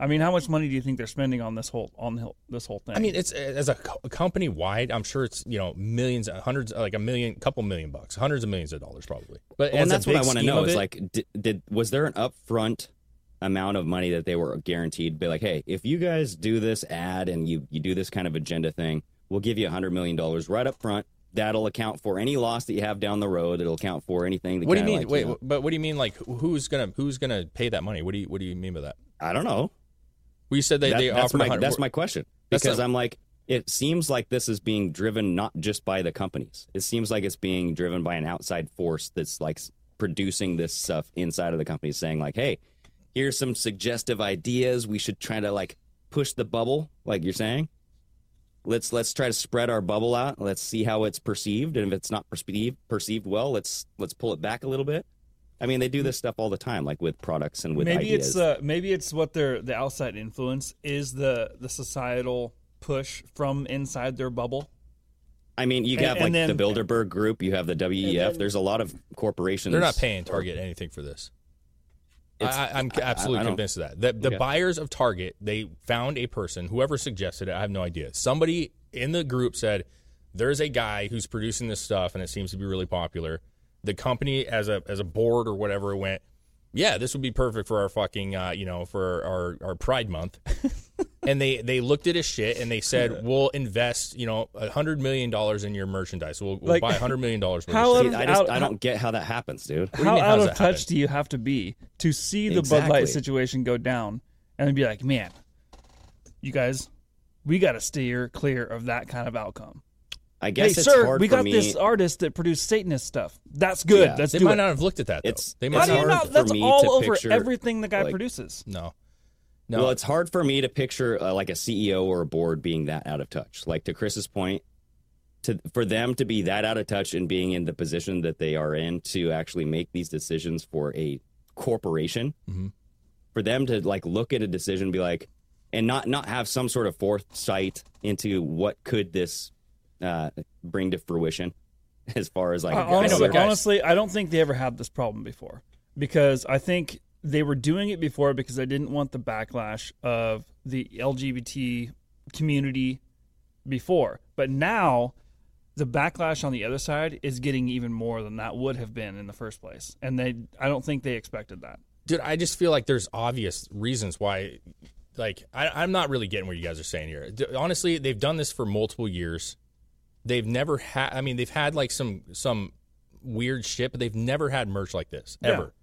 I mean, how much money do you think they're spending on this whole on the- this whole thing? I mean, it's eh, as a company wide. I'm sure it's you know millions, hundreds, uh, like a million, couple million bucks, hundreds of millions of dollars probably. But as Well, and a that's what big I want to scheme know of is it- like, did, did was there an upfront amount of money that they were guaranteed? Be like, hey, if you guys do this ad and you you do this kind of agenda thing, we'll give you a hundred million dollars right up front. That'll account for any loss that you have down the road. It'll account for anything. That what do you kinda mean? like, Wait, know- but what do you mean? Like who's gonna who's gonna pay that money? What do you what do you mean by that? I don't know. Well, you said they That- they that's offered. my 100 that's my question That's because not- I'm like, it seems like this is being driven not just by the companies. It seems like it's being driven by an outside force that's like s- producing this stuff inside of the company, saying like, hey, here's some suggestive ideas. We should try to like push the bubble, like you're saying. Let's let's try to spread our bubble out. Let's see how it's perceived, and if it's not perceived perceived well, let's let's pull it back a little bit. I mean, they do this stuff all the time, like with products and with maybe ideas. it's uh, maybe it's what their the outside influence is the the societal push from inside their bubble. I mean, you And- have like and the then- Bilderberg Group, you have the WEF. There's a lot of corporations. They're not paying Target anything for this. I, It's- I- I'm absolutely I don't- convinced of that. The, the Okay. buyers of Target, they found a person, whoever suggested it, I have no idea. Somebody in the group said, "There's a guy who's producing this stuff, and it seems to be really popular." The company, as a as a board or whatever, went, "Yeah, this would be perfect for our fucking, uh, you know, for our our Pride Month." and they they looked at his shit and they said, "We'll invest, you know, a hundred million dollars in your merchandise. We'll, we'll Like, buy a hundred million dollars worth how of shit." Dude, I just I don't get how that happens, dude. do you How mean, how out does of that touch happen? do you have to be to see the Bud Exactly. Light situation go down and be like, man, you guys, we got to steer clear of that kind of outcome. I guess hey, it's sir, hard we for got me. this artist that produced Satanist stuff. That's good. Yeah. Let's They do might it. not have looked at that. Though. It's- they might How it's do you have hard not? for That's me all to over picture, everything the guy like- produces. No, no. Well, it's hard for me to picture uh, like a CEO or a board being that out of touch. Like to Chris's point, to for them to be that out of touch and being in the position that they are in to actually make these decisions for a corporation, Mhm. for them to like look at a decision, and be like, and not not have some sort of foresight into what could this uh, bring to fruition, [laughs] as far as like Uh, guys honestly, know, but guys- honestly, I don't think they ever had this problem before because I think they were doing it before because they didn't want the backlash of the LGBT community before. But now the backlash on the other side is getting even more than that would have been in the first place. And they I don't think they expected that. dude i just feel like there's obvious reasons why like I, i'm not really getting what you guys are saying here D- honestly they've done this for multiple years they've never had i mean they've had like some some weird shit but they've never had merch like this Yeah. ever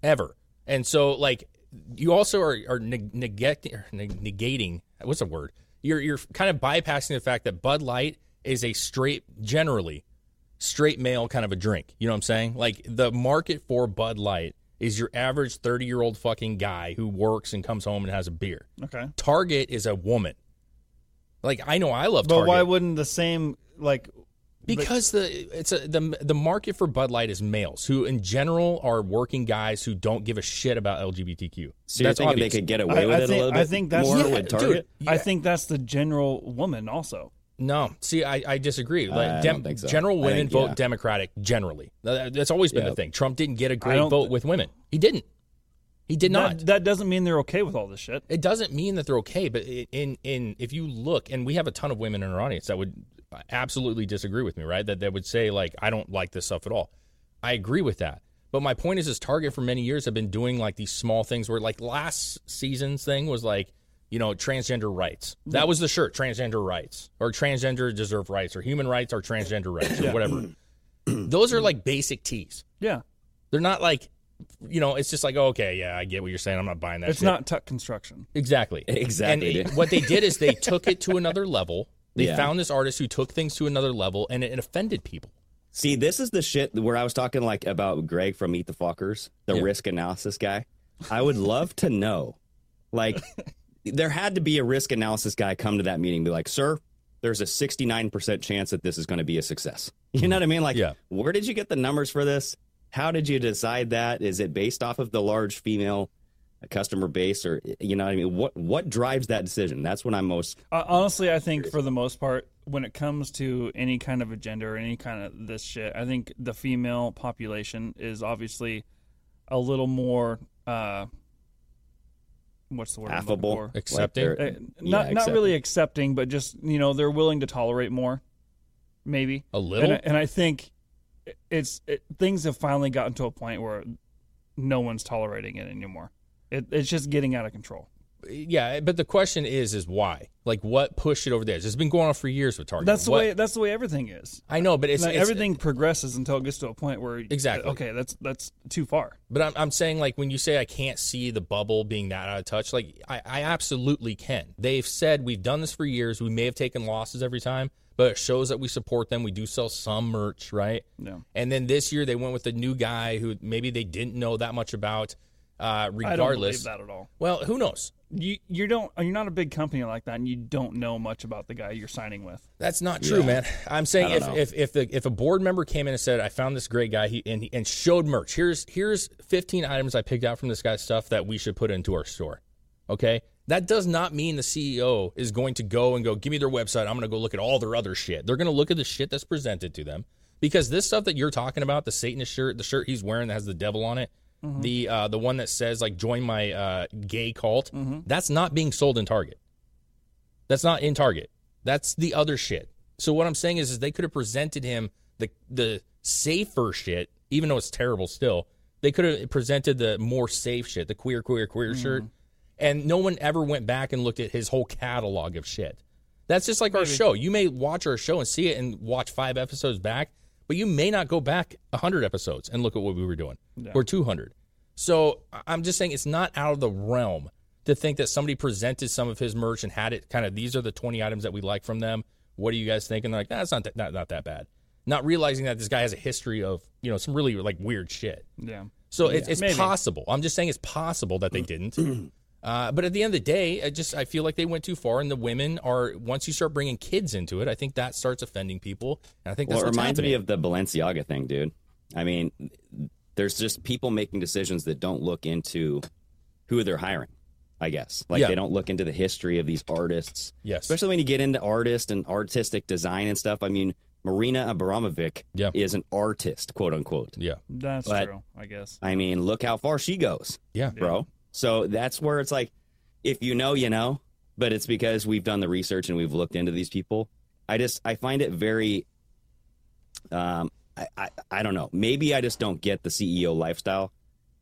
ever and so like you also are, are neg- neglecting or neg- negating what's the word you're you're kind of bypassing the fact that bud light is a straight generally straight male kind of a drink. You know what I'm saying? Like the market for Bud Light is your average 30 year old fucking guy who works and comes home and has a beer. Okay. Target is a woman. Like I know I love But Target why wouldn't the same like because the it's a, the the market for Bud Light is males who in general are working guys who don't give a shit about LGBTQ. So you're That's thinking obvious. they could get away I- with I it think- a little I bit think that's- more [laughs] Yeah, with dude. Target? I think that's the general woman also. No, see, I, I disagree. Like, I dem- don't think so. General I women think, vote yeah. Democratic generally. That- That's always been Yeah. the thing. Trump didn't get a great don't- vote with women. He didn't. He did not. That, that doesn't mean they're okay with all this shit. it doesn't mean that they're okay, but i- in in if you look, and we have a ton of women in our audience that would absolutely disagree with me, right? That that would say like I don't like this stuff at all. I agree with that. But my point is, is Target for many years have been doing like these small things where like last season's thing was like you know transgender rights. That was the shirt, transgender rights, or transgender deserve rights, or human rights, or transgender rights, or whatever. Those are like basic tees. Yeah. They're not like. You know, it's just like "Oh, okay, yeah, I get what you're saying. I'm not buying that. It's shit. not tuck construction. Exactly. Exactly, And dude. what they did is [laughs] they took it to another level. They Yeah. found this artist who took things to another level, and it, it offended people. See, this is the shit where I was talking like about Greg from Eat the Fuckers, the Yeah. risk analysis guy. I would love to know, [laughs] like, there had to be a risk analysis guy come to that meeting and be like, "Sir, there's a 69% chance that this is going to be a success." [laughs] You know what I mean? Like, Yeah. where did you get the numbers for this? How did you decide that? Is it based off of the large female uh, customer base, or you know what I mean? What what drives that decision? That's when I'm most Uh, honestly, I think for the most part, when it comes to any kind of agenda or any kind of this shit, I think the female population is obviously a little more. Uh, what's the word? I'm looking affable, for? Like, Accepting? they're- Uh, yeah, not not accepting. really accepting, but just you know they're willing to tolerate more, maybe A little? And I, and I think it's it, things have finally gotten to a point where no one's tolerating it anymore. It, it's just getting out of control. Yeah, but the question is, is why? Like, what pushed it over the edge? It's been going on for years with Target. That's the What- way. That's the way everything is. I know, but it's, like it's- everything progresses until it gets to a point where Exactly. okay that's that's too far But I'm, I'm saying, like, when you say I can't see the bubble being that out of touch, like, I, I absolutely can. They've said we've done this for years. We may have taken losses every time, but it shows that we support them. We do sell some merch, right? no And then this year they went with a new guy who maybe they didn't know that much about. Uh, i don't believe regardless, that at all well, who knows? you you don't you're not a big company like that and you don't know much about the guy you're signing with That's not true, man. I'm saying if, if if the if a board member came in and said, "I found this great guy," he and and showed merch. Here's here's 15 items I picked out from this guy's stuff that we should put into our store. Okay, that does not mean the CEO is going to go and go give me their website. I'm going to go look at all their other shit. They're going to look at the shit that's presented to them because this stuff that you're talking about, the Satanist shirt, the shirt he's wearing that has the devil on it, the uh, the one that says like "Join my uh, gay cult," that's not being sold in Target. That's not in Target. That's the other shit. So what I'm saying is, is they could have presented him the the safer shit, even though it's terrible still. They could have presented the more safe shit, the queer, queer, queer shirt, and no one ever went back and looked at his whole catalog of shit. That's just like our show. You may watch our show and see it and watch five episodes back, but you may not go back 100 episodes and look at what we were doing or 200. So I- I'm just saying it's not out of the realm to think that somebody presented some of his merch and had it kind of these are the 20 items that we like from them. What do you guys think? And they're like, that's not, that, not not that bad. Not realizing that this guy has a history of you know some really like weird shit. Yeah. So it's, it's maybe. possible. I'm just saying it's possible [clears throat] that they didn't. Uh, but at the end of the day, I just I feel like they went too far, and the women are. Once you start bringing kids into it, I think that starts offending people, and I think that's Well, it what's reminds happening. me of the Balenciaga thing, dude. I mean, there's just people making decisions that don't look into who they're hiring, I guess. Like Yeah. they don't look into the history of these artists. Yes. Especially when you get into artist and artistic design and stuff. I mean, Marina Abramovic Yeah. is an artist, quote unquote. yeah, That's But- true, I guess. I mean, look how far she goes, yeah, bro. So that's where it's like, if you know, you know. But it's because we've done the research and we've looked into these people. I just I find it very, um, I I, I don't know. Maybe I just don't get the CEO lifestyle.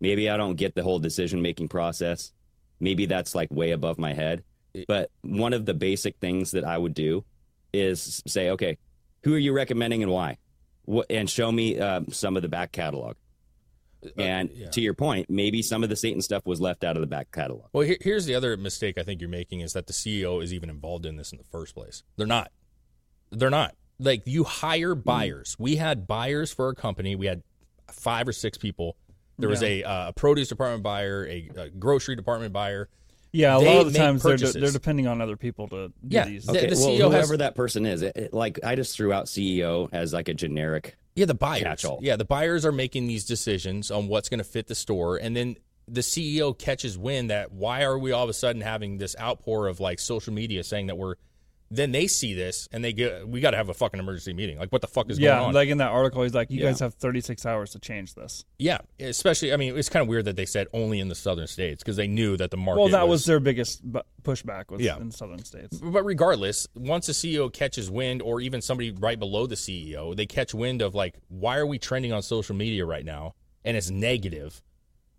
Maybe I don't get the whole decision making process. Maybe that's like way above my head. But one of the basic things that I would do is say, okay, who are you recommending and why? What, and show me um, some of the back catalog. And Uh, yeah. to your point, maybe some of the Satan stuff was left out of the back catalog. Well, here, here's the other mistake I think you're making is that the CEO is even involved in this in the first place. They're not. They're not. Like you hire buyers. We had buyers for our company. We had five or six people. There was a uh, produce department buyer, a, a grocery department buyer. Yeah, a They lot of the make times they're, de- purchases. they're depending on other people to do Yeah. these. Okay. The- the well, CEO has- whoever that person is, it, it- like I just threw out CEO as like a generic. Yeah, the buyers. Catch-all. Yeah, the buyers are making these decisions on what's going to fit the store, and then the CEO catches wind that why are we all of a sudden having this outpour of like social media saying that we're. Then they see this and they get we got to have a fucking emergency meeting. Like what the fuck is Yeah, going on? like in that article, he's like, "You Yeah. guys have 36 hours to change this." yeah, especially I mean it's kind of weird that they said only in the southern states because they knew that the market. well, that was, their biggest bu- pushback was Yeah. in southern states. But regardless, once a CEO catches wind, or even somebody right below the CEO, they catch wind of like, why are we trending on social media right now? And it's negative.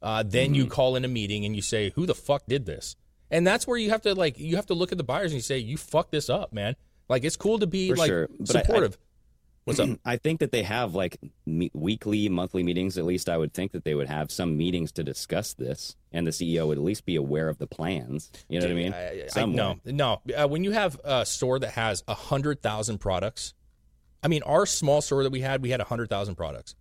Uh, then Mm-hmm. you call in a meeting and you say, who the fuck did this? And that's where you have to like, you have to look at the buyers and you say, you fucked this up, man. Like it's cool to be For like sure, but I- I- supportive. What's up? [clears throat] I think that they have like me- weekly, monthly meetings. At least I would think that they would have some meetings to discuss this, and the CEO would at least be aware of the plans. You know what I mean? I- I- Somewhere. no, no. Uh, when you have a store that has a hundred thousand products, I mean, our small store that we had, we had a hundred thousand products.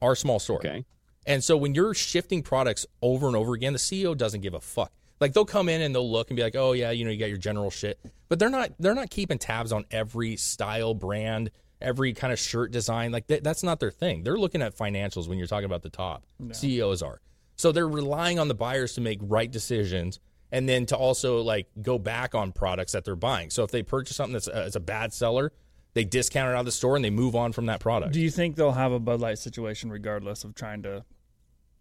Our small store. Okay. And so when you're shifting products over and over again, the CEO doesn't give a fuck. Like they'll come in and they'll look and be like, "Oh yeah, you know, you got your general shit." But they're not they're not keeping tabs on every style, brand, every kind of shirt design. Like that that's not their thing. They're looking at financials when you're talking about the top. CEOs are. So they're relying on the buyers to make right decisions and then to also like go back on products that they're buying. So if they purchase something that's a, it's a bad seller, they discount it out of the store and they move on from that product. Do you think they'll have a Bud Light situation regardless of trying to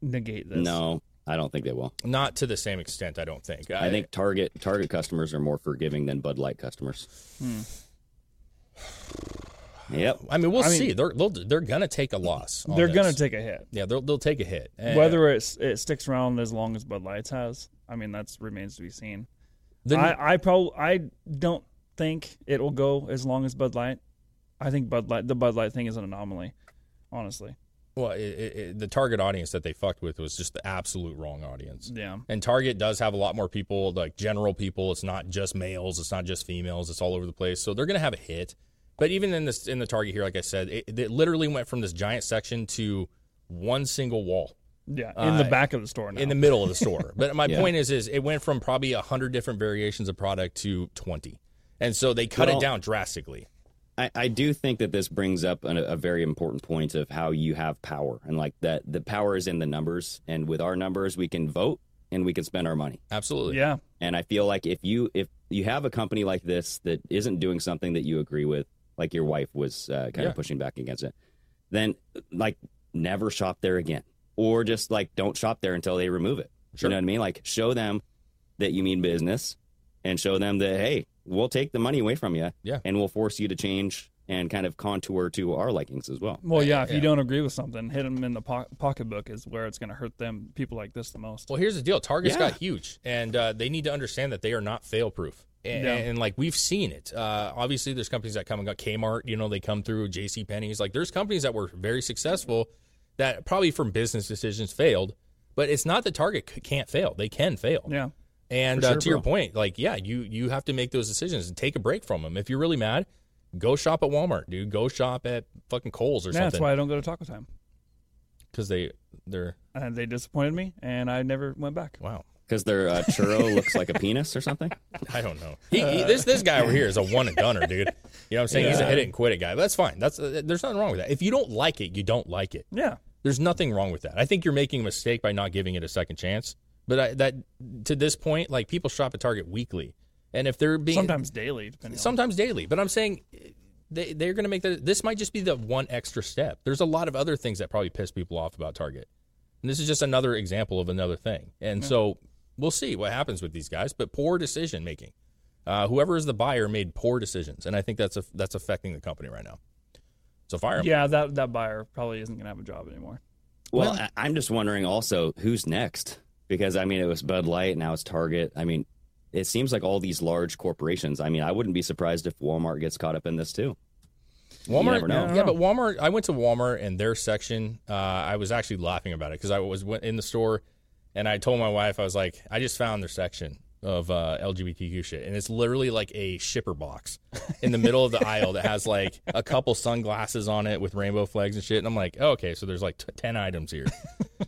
negate this? No, I don't think they will. not to the same extent, I don't think. I think Target Target customers are more forgiving than Bud Light customers. Yep. I mean, we'll mean- see. They're they'll, they're gonna take a loss. on they're this. gonna take a hit. yeah, they'll they'll take a hit. Eh, Whether it's, it sticks around as long as Bud Lights has, I mean, that remains to be seen. the, I, I probably I don't think it will go as long as Bud Light. I think Bud Light the Bud Light thing is an anomaly, honestly. well, it, it, it- the target audience that they fucked with was just the absolute wrong audience. Yeah. And Target does have a lot more people, like general people. It's not just males. It's not just females. It's all over the place. So they're gonna have a hit. But even in this in the Target here, like I said, it, it literally went from this giant section to one single wall. Yeah. In the Uh, back of the store now. in the middle of the store. But [laughs] my point is, is it went from probably hundred different variations of product to twenty, and so they cut it Well- down drastically. I, I do think that this brings up an, a very important point of how you have power and like that the power is in the numbers and with our numbers we can vote and we can spend our money Absolutely. yeah. and I feel like if you if you have a company like this that isn't doing something that you agree with like your wife was uh, kind Yeah. of pushing back against it then like never shop there again or just like don't shop there until they remove it Sure. you know what I mean like show them that you mean business and show them that hey we'll take the money away from you Yeah. and we'll force you to change and kind of contour to our likings as well. Well, yeah, if you don't agree with something, hit them in the po- pocketbook is where it's going to hurt them, people like this the most. Well, here's the deal. Target's Yeah. got huge, and uh, they need to understand that they are not fail proof. And, No. and, like we've seen it. Uh, obviously, there's companies that come and go. Kmart, you know, they come through. J.C. Penney's, like there's companies that were very successful that probably from business decisions failed. But it's not that Target c- can't fail; they can fail. Yeah. And For uh, sure, to your bro. point, like yeah, you you have to make those decisions and take a break from them. If you're really mad, go shop at Walmart, dude. Go shop at fucking Kohl's or Yeah, that's why something I don't go to Taco Time. because they they're And they disappointed me, and I never went back. wow. Because their uh, churro looks like a penis or something. I don't know. He, he, this this guy over here is a one and gunner, dude. You know what I'm saying? He's a hit it and quit it guy. That's fine. That's uh, there's nothing wrong with that. If you don't like it, you don't like it. Yeah. There's nothing wrong with that. I think you're making a mistake by not giving it a second chance. But I, that to this point, like people shop at Target weekly, and if they're being Sometimes daily, depending on. sometimes daily. But I'm saying they they're going to make that. This might just be the one extra step. There's a lot of other things that probably piss people off about Target, and this is just another example of another thing. And so we'll see what happens with these guys. But poor decision making. Uh, whoever is the buyer made poor decisions, and I think that's a, that's affecting the company right now. So fire 'em. Yeah, that, that buyer probably isn't going to have a job anymore. Well, I- I'm just wondering also who's next because I mean it was Bud Light, now it's Target. I mean, it seems like all these large corporations. I mean, I wouldn't be surprised if Walmart gets caught up in this too. Walmart, never know. yeah, but Walmart. I went to Walmart and their section. Uh, I was actually laughing about it because I was went in the store, and I told my wife I was like, I just found their section of uh, LGBTQ shit, and it's literally like a shipper box in the middle of the aisle that has like a couple sunglasses on it with rainbow flags and shit. And I'm like, oh, okay, so there's like t- ten items here.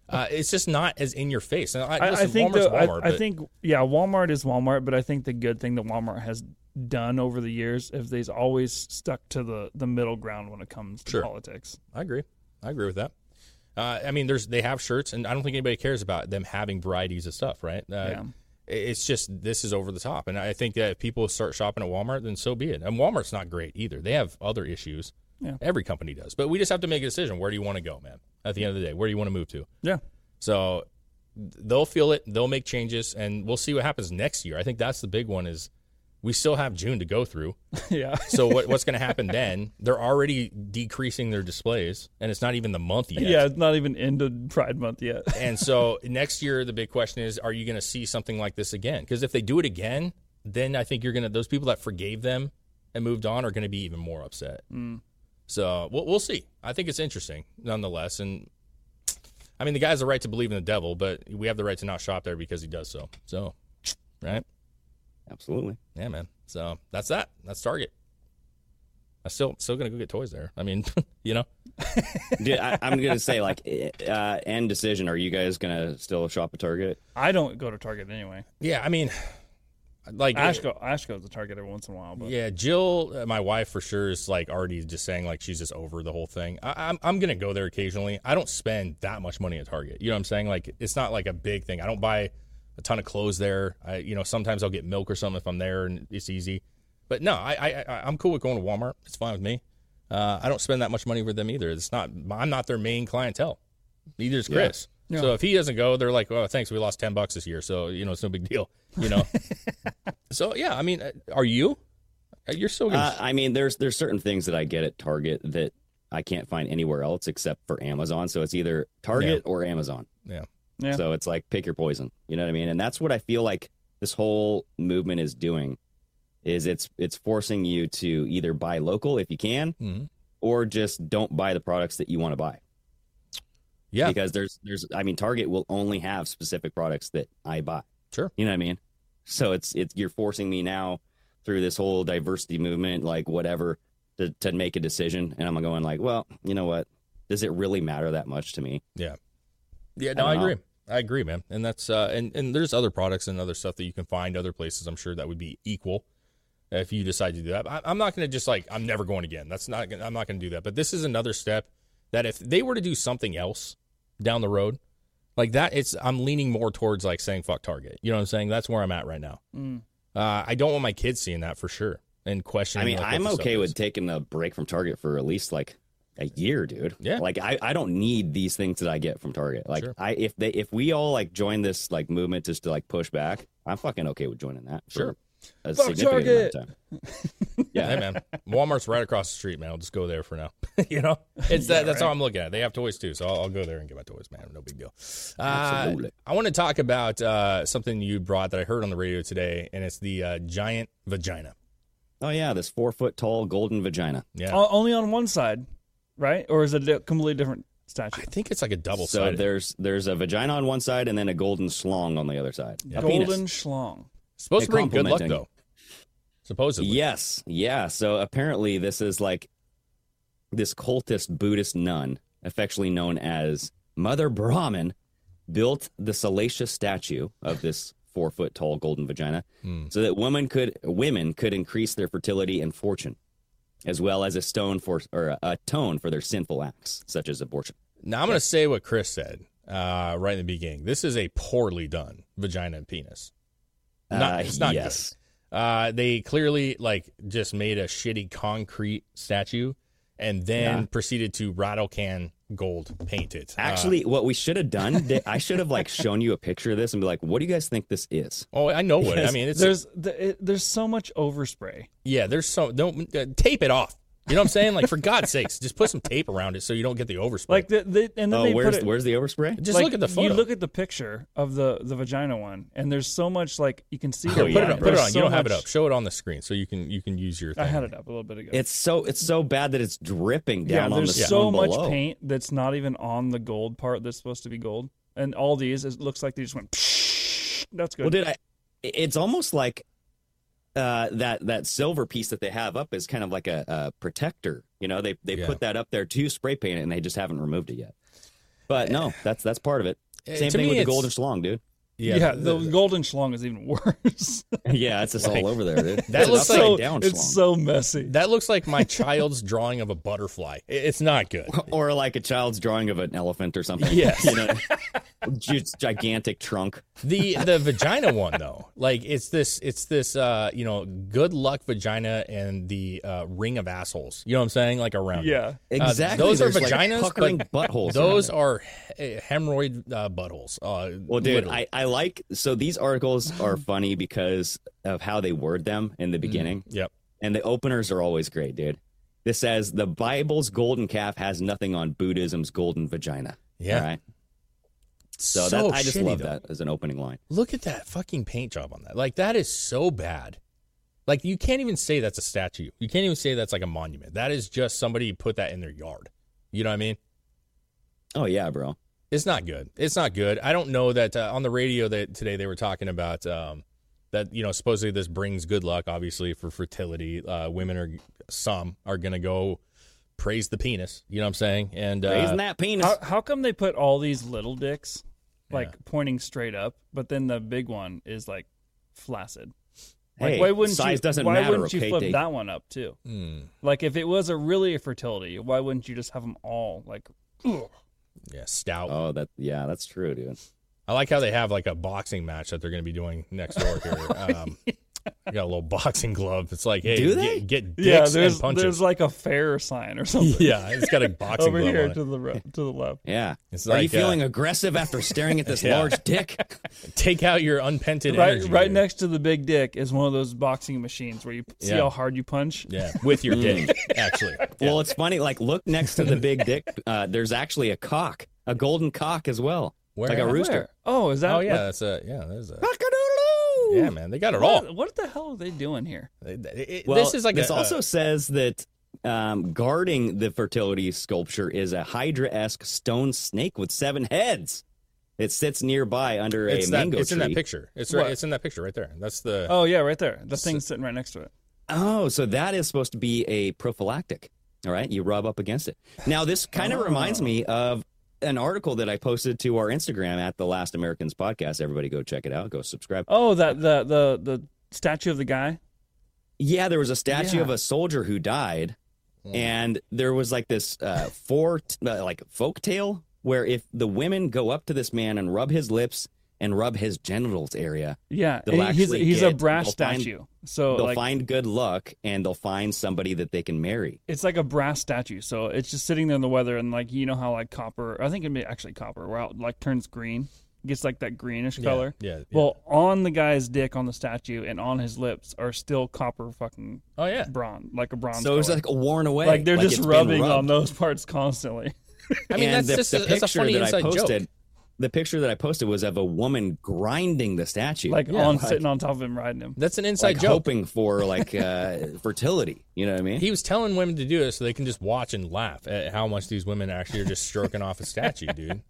uh, it's just not as in your face. And I, I, listen, I think Walmart's the- I- Walmart, I, but- think yeah, Walmart is Walmart, but I think the good thing that Walmart has done over the years is they've always stuck to the, the middle ground when it comes to Sure. politics. I agree. I agree with that. Uh, I mean, there's they have shirts, and I don't think anybody cares about them having varieties of stuff, right? Uh, Yeah. it- It's just this is over the top, and I think that if people start shopping at Walmart, then so be it. And Walmart's not great either; they have other issues. Yeah. Every company does, but we just have to make a decision. Where do you want to go, man? At the end of the day, where do you want to move to? Yeah. So th- they'll feel it. They'll make changes, and we'll see what happens next year. I think that's the big one. Is we still have June to go through. [laughs] [laughs] yeah. So what, what's going to happen then? They're already decreasing their displays, and it's not even the month yet. Yeah, it's not even into Pride Month yet. [laughs] And so next year, the big question is: Are you going to see something like this again? Because if they do it again, then I think you're going to those people that forgave them and moved on are going to be even more upset. So we'll, we'll see. I think it's interesting nonetheless. And I mean, the guy has the right to believe in the devil, but we have the right to not shop there because he does so. So, right? Absolutely. Yeah, man. So that's that. That's Target. I still still gonna go get toys there. I mean, [laughs] you know, Dude, I, I'm gonna say like uh, end decision. Are you guys gonna still shop at Target? I don't go to Target anyway. yeah. I mean, like Ash go Ash goes to Target every once in a while, but Yeah, Jill, uh, my wife for sure is like already just saying like she's just over the whole thing. I, I'm I'm gonna go there occasionally. I don't spend that much money at Target. You know what I'm saying? Like it's not like a big thing. I don't buy a ton of clothes there. I you know sometimes I'll get milk or something if I'm there and it's easy. But no, I I, I I'm cool with going to Walmart. It's fine with me. Uh, I don't spend that much money with them either. It's not I'm not their main clientele. Neither is Chris. So if he doesn't go, they're like, "Oh, thanks, we lost ten bucks this year, so you know it's no big deal." You know. so yeah, I mean, uh, are you? Uh, You're still gonna. Uh, I mean, there's there's certain things that I get at Target that I can't find anywhere else except for Amazon. So it's either Target or Amazon. Yeah. Yeah. So it's like pick your poison. You know what I mean? And that's what I feel like this whole movement is doing is it's it's forcing you to either buy local if you can Mhm. or just don't buy the products that you want to buy. Yeah. Because there's there's I mean Target will only have specific products that I buy. Sure. You know what I mean? So it's it's you're forcing me now through this whole diversity movement, like whatever, to, to make a decision. And I'm going like, well, you know what? Does it really matter that much to me? yeah, no, I I, don't know. agree. I agree, man. And that's uh, and and there's other products and other stuff that you can find other places. I'm sure that would be equal if you decide to do that. I, I'm not gonna just like I'm never going again. That's not. Gonna, I'm not gonna do that. But this is another step that if they were to do something else down the road like that, it's I'm leaning more towards like saying fuck Target. You know what I'm saying? That's where I'm at right now. Mm. Uh, I don't want my kids seeing that for sure and questioning. I mean, like, what I'm the stuff okay is. with taking a break from Target for at least like a year, dude. Yeah. Like I, I don't need these things that I get from Target. Like Sure. I if they if we all like join this like movement just to like push back, I'm fucking okay with joining that. for Sure. a Fuck significant amount of time. [laughs] Hey yeah, man, Walmart's right across the street, man. I'll just go there for now. [laughs] you know, it's that. That's how I'm looking at. it. They have toys too, so I'll, I'll go there and get my toys, man. No big deal. Uh, Absolutely. I want to talk about uh, something you brought that I heard on the radio today, and it's the uh, giant vagina. oh yeah, this four foot tall golden vagina. Yeah, O- only on one side, right? Or is it a completely different I statue? think it's like a double so sided. there's there's a vagina on one side and then a golden slong on the other side. A Golden penis. schlong. Supposed to They're bring good luck though. complimenting. Supposedly. Yes, yeah. So apparently, this is like this cultist Buddhist nun, affectionately known as Mother Brahman, built the salacious statue of this four foot tall golden vagina, Hmm. so that women could women could increase their fertility and fortune, as well as a stone for or a tone for their sinful acts such as abortion. Now I'm going to say what Chris said uh, right in the beginning. This is a poorly done vagina and penis. Not- Uh, it's not yes. Uh, they clearly like just made a shitty concrete statue and then Yeah. proceeded to rattle can gold paint it. Uh, Actually, what we should have done, th- I should have like shown you a picture of this and be like, "What do you guys think this is?" oh, I know what I Yes, mean. It's There's the, it, there's so much overspray. yeah. There's so don't uh, tape it off. You know what I'm saying? Like for God's sakes, just put some tape around it so you don't get the overspray. Like the, the and then Oh, they where's put it, where's the overspray? just like, look at the photo. You look at the picture of the the vagina one, and there's so much like you can see. Oh, the put yeah, it line. on. Put There's it on. so you don't have it much- up. Show it on the screen so you can you can use your. Thing. I had it up a little bit ago. It's so it's so bad that it's dripping yeah, down on the there's so stone much below. paint that's not even on the gold part that's supposed to be gold, and all these it looks like they just went. That's good. Well, dude, I, it's almost like uh, that that silver piece that they have up is kind of like a, a protector. You know, they they Yeah. put that up there to spray paint it, and they just haven't removed it yet. But no, that's that's part of it. Eh, Same to thing me, with the it's- golden [laughs] schlong, dude. yeah, the, golden schlong is even [laughs] worse. yeah, it's just all over there, dude. That It's an looks like- upside so, down it's schlong. so messy. That looks like my child's drawing of a butterfly. I- It's not good. [laughs] or like a child's drawing of an elephant or something. Yes. [laughs] you know, just gigantic trunk. The the vagina one though, like it's this it's this uh you know good luck vagina and the uh, ring of assholes. You know what I'm saying? Like around. it. Yeah, Uh, those are vaginas, puckering but buttholes. Those around it. are he- hemorrhoid uh, buttholes. Uh, well, dude. literally. I, I like so these articles are funny because of how they word them in the beginning, yep. and the openers are always great, dude. This says the Bible's golden calf has nothing on Buddhism's golden vagina. Yeah. All right? So, that I just shitty, love though. that as an opening line. Look at that fucking paint job on that. Like that is so bad. Like you can't even say that's a statue. You can't even say that's like a monument. That is just somebody put that in their yard. You know what I mean? Oh yeah, bro. It's not good. It's not good. I don't know that uh, on the radio that today they were talking about um, that you know supposedly this brings good luck, obviously for fertility. Uh, women are some are gonna go praise the penis. You know what I'm saying? And Raising uh, that penis. how, how come they put all these little dicks like pointing straight up, but then the big one is like flaccid? Like, Hey, why wouldn't size you, doesn't why matter, wouldn't you okay, flip Dave? that one up too? hmm, Like if it was a really a fertility, why wouldn't you just have them all like? yeah, stout. oh, that yeah, that's true, dude. I like how they have like a boxing match that they're going to be doing next door [laughs] here. Um, I got a little boxing glove. It's like, hey, Do they? get, get dicks Yeah, there's and punches. there's like a fair sign or [laughs] something. yeah, [laughs] it's got a boxing over glove here on it. to the ro- to [laughs] the left. Yeah. It's Are you like, uh, feeling aggressive after staring at this Yeah. large dick? Take out your unpented right, energy. right dude. next to the big dick is one of those boxing machines where you p- see Yeah. how hard you punch. Yeah, with [laughs] your Mm. dick, actually. Well, it's funny. Like, look next to the big dick. Uh, there's actually a cock, a golden cock as well. Where? Like a Where? rooster. Oh, is that? Oh yeah, that's a yeah. There's a Cock-a-doodle-doo! yeah, man. They got it all. What, what the hell are they doing here? It- it- Well, this is like this a, uh, also says that um, guarding the fertility sculpture is a Hydra-esque stone snake with seven heads. It sits nearby under It's, a that, mango it's in tree. that picture. It's right. What? It's in that picture right there. That's the. Oh yeah, right there. The thing sitting right next to it. Oh, so that is supposed to be a prophylactic. All right, you rub up against it. Now, this kind of reminds me Oh. of an article that I posted to our Instagram at the Last Americans podcast. Everybody, go check it out. Go subscribe. Oh, that the the the statue of the guy. Yeah, there was a statue Yeah. of Hmm. a soldier who died, and there was like this uh, four uh, like folk tale where if the women go up to this man and rub his lips and rub his genitals area, Yeah, They'll and he's actually he's a get- brass they'll find- statue. so they'll Oh, like find good luck and they'll find somebody that they can marry. it's like a brass statue. So it's just sitting there in the weather, and like you know how like copper, I think it may actually copper, where it like turns green. gets like that greenish color. Yeah. yeah. Well, on the guy's dick on the statue and on his lips are still copper fucking oh yeah. bronze, like a bronze. So it's color. like worn away. Like they're it's just been rubbing rubbed. on those parts constantly. [laughs] I mean, and that's just the, a, the that's a picture funny that I inside posted. joke. The picture that I posted was of a woman grinding the statue, like Yeah, on like- sitting on top of him riding him. That's an inside like joke. hoping for like uh, fertility. You know what I mean? He was telling women to do it so they can just watch and laugh at how much these women actually are just stroking off a statue, dude. [laughs]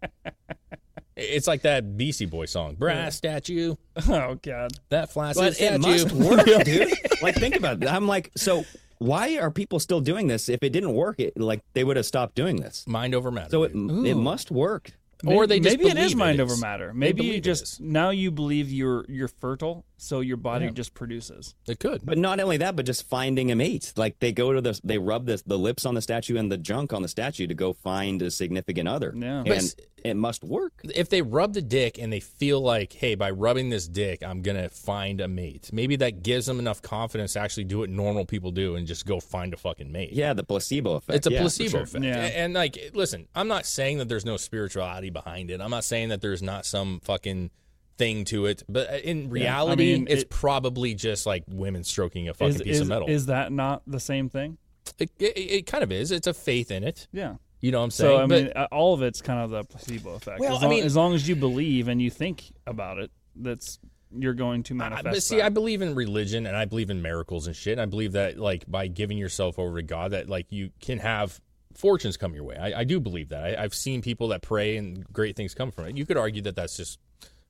It's like that Beastie Boy song, "Brass Statue." [laughs] Oh god. That flaccid but statue. it must [laughs] work, dude. Like think about it. I'm like, so why are people still doing this? If it didn't work, it like they would have stopped doing this. Mind over matter. So it dude. it must work. or they just maybe it is believe mind over is. matter. They Maybe believe you it just is. now you believe you're you're fertile, so your body just produces. it could. But not only that, but just finding a mate. Like they go to the, they rub the, the lips on the statue and the junk on the statue to go find a significant other. Yeah. And But s- it must work. If they rub the dick and they feel like, hey, by rubbing this dick, I'm gonna find a mate. Maybe that gives them enough confidence to actually do what normal people do and just go find a fucking mate. Yeah, the placebo effect. It's a yeah, for placebo sure. effect. Yeah. A- And like, listen, I'm not saying that there's no spirituality behind it. I'm not saying that there's not some fucking thing to it. But uh, in reality, mean, it's it- probably just like women stroking a fucking Is, piece is, of metal. is that not the same thing? it, it, it kind of is. It's a faith in it. Yeah. You know what I'm saying? So I mean, but uh, all of it's kind of the placebo effect. Well, as, I long, mean- as long as you believe and you think about it, that's you're going to I- manifest. but see, that. I believe in religion and I believe in miracles and shit. And I believe that like by giving yourself over to God, that like you can have fortunes come your way. I, I do believe that. I, I've seen people that pray and great things come from it. You could argue that that's just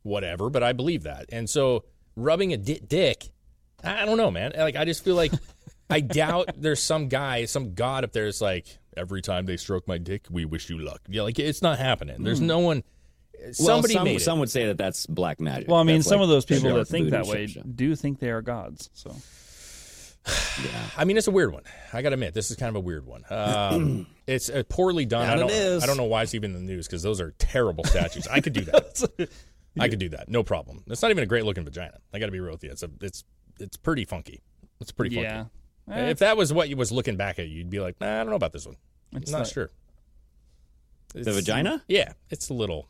whatever, but I believe that. And so rubbing a di- dick, I, I don't know, man. Like I just feel like I doubt there's some guy, some god up there is like every time they stroke my dick, we wish you luck. Yeah, like it's not happening. There's no one. Somebody well, some, made it. some would say that that's black magic. well, I mean, That's some like of those people dark that think voodoo that way shit, shit. do think they are gods. So I mean, it's a weird one. I got to admit, this is kind of a weird one. [clears throat] Um, it's uh, poorly done. I That don't. it is. I don't know why it's even in the news because those are terrible statues. I could do [laughs] that. I could do that. No problem. It's not even a great looking vagina. I got to be real with you. It's a. It's it's pretty funky. It's pretty funky. yeah, Eh. If that was what you was looking back at, you'd be like, nah, I don't know about this one. It's not like- sure. The vagina? Yeah, it's a little.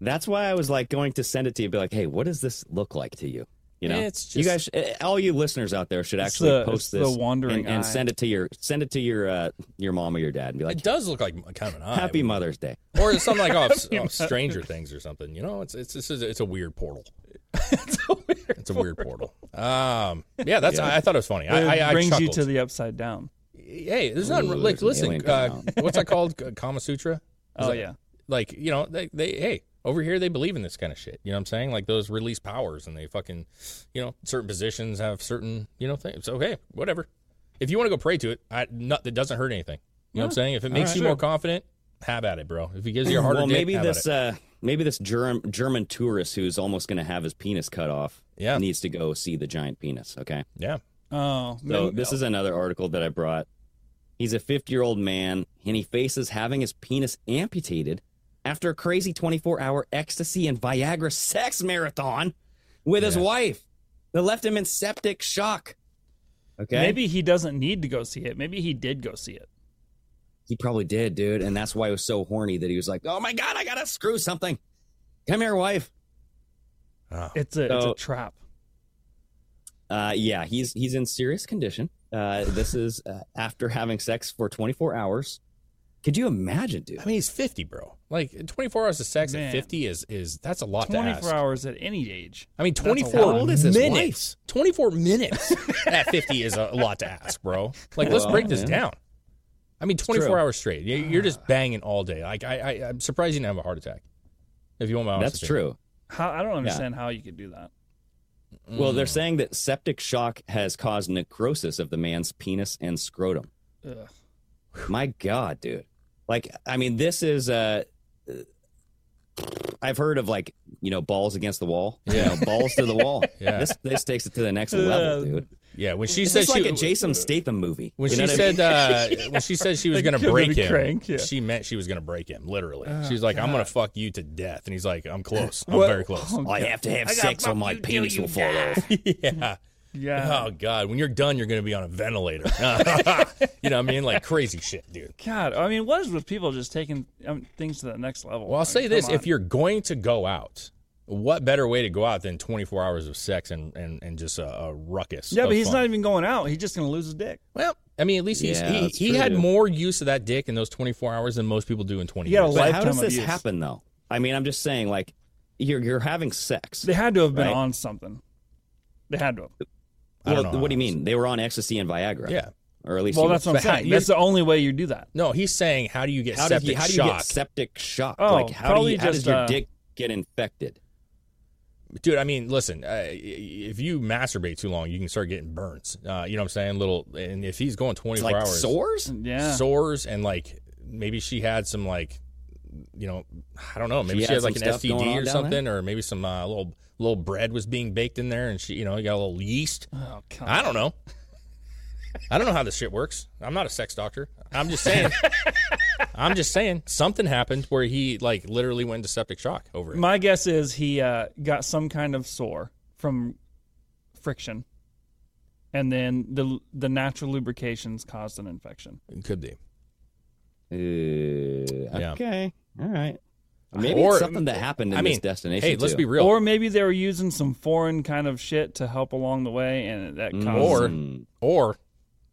That's why I was like going to send it to you, and be like, hey, what does this look like to you? You know, It's you guys, just- eh, all you listeners out there should It's actually the- it's post the this wandering and, and eye. send it to your send it to your uh, your mom or your dad and be like, It does look like kind of an eye. Happy Mother's Day. or it's something like oh, it's- oh, Stranger Things or something. You know, it's it's this is it's a weird portal. it's a weird portal. Um, yeah, that's I, I thought it was funny. I, it I, I brings you chuckled. to the upside down. hey, there's nothing Ooh, like there's an alien listen. coming Uh, what's that called? K- Kama Sutra. Oh yeah, Like you know they they hey over here they believe in this kind of shit. You know what I'm saying? Like those release powers and they fucking you know certain positions have certain you know things. So hey, whatever. If you want to go pray to it, I, not, it doesn't hurt anything. You know what I'm saying? If it makes you more confident, have at it, bro. If it gives [clears throat] you a harder well, dick, maybe have at it. this uh, maybe this germ, German tourist who's almost going to have his penis cut off Yeah. needs to go see the giant penis. Okay, Yeah. oh so maybe- this is another article that I brought. He's a 50 year old man and he faces having his penis amputated after a crazy 24 hour ecstasy and Viagra sex marathon with his Yeah. wife that left him in septic shock. Okay, maybe he doesn't need to go see it. Maybe he did go see it. He probably did, dude. And that's why he was so horny that he was like, oh my God, I got to screw something. Come here, wife. It's a it's a So- trap. Uh, yeah, he's he's in serious condition. Uh, this is uh, after having sex for 24 hours. Could you imagine, dude? I mean, he's 50, bro. Like 24 hours of sex Man. at 50 is is that's a lot to Twenty ask. four hours at any age. I mean, That's a lot. 24 How old is his minutes. 24 [laughs] minutes at 50 is a lot to ask, bro. Like, let's Well, break this yeah. down. I mean, 24 true. hours straight. You- You're just banging all day. Like, I, I I'm surprised you didn't have a heart attack. If you want my honest That's opinion. true. How I don't understand how you could do that. Well, Mm. they're saying that septic shock has caused necrosis of the man's penis and scrotum. Ugh. My God, dude. Like, I mean, this is. Uh, I've heard of like you know balls against the wall, Yeah. you know, balls to the wall. [laughs] Yeah. This this takes it to the next level, dude. Yeah, when she This said is she like a Jason Statham movie. when You she know what I said [laughs] uh, when she said she was Like, going to give break it a him, crank, yeah. Oh, she meant she was going to break him. Literally, she's like, "I'm going to fuck you to death," and [laughs] he's like, "I'm close. I'm What- Oh, very close." mean? Oh, I have to have I gotta sex or fuck my you till penis you will fall off. [laughs] yeah. Yeah. Oh God! When you're done, you're going to be on a ventilator. [laughs] you know, what I mean, like crazy shit, dude. God, I mean, what is with people just taking um, things to the next level? Well, I'll I say mean, this: come if on. you're going to go out, what better way to go out than 24 hours of sex and and, and just a, a ruckus? yeah, of but he's fun? not even going out. He's just gonna lose his dick. Well, I mean, at least he's, Yeah, he that's he true, had dude. more use of that dick in those 24 hours than most people do in 20 He had a years. But how lifetime does this abuse. happen though? I mean, I'm just saying, like, you're you're having sex. They had to have been Right. on something. They had to. Have. I Well, don't know what how do you mean? They were on ecstasy and Viagra. Yeah. Or at least. Well, he that's was. what But [laughs] I'm how- saying. you- That's the only way you do that. No, he's saying how do you get how septic did you, how do you shock? get septic shock? Oh, like, how, do probably you, how just, does your uh, dick get infected? Dude, I mean, listen, uh, i- if you masturbate too long, you can start getting burns. Uh, you know what I'm saying? Little, and if he's going It's 24 like hours, sores. Yeah. sores, and like maybe she had some like, you know, I don't know, maybe She she, had had like an some stuff going on STD or down something, or maybe some uh, little little bread was being baked in there, and she, you know, you got a little yeast. oh, come I don't know. I don't know how this shit works. I'm not a sex doctor. I'm just [laughs] saying. I'm just saying something happened where he like literally went into septic shock over it. My guess is he uh, got some kind of sore from friction, and then the the natural lubrications caused an infection. Could be. Uh, okay. All right. Maybe Or- it's something that happened in I mean, this destination. Hey, let's too. be real. Or maybe they were using some foreign kind of shit to help along the way, and that caused. Or Mm. or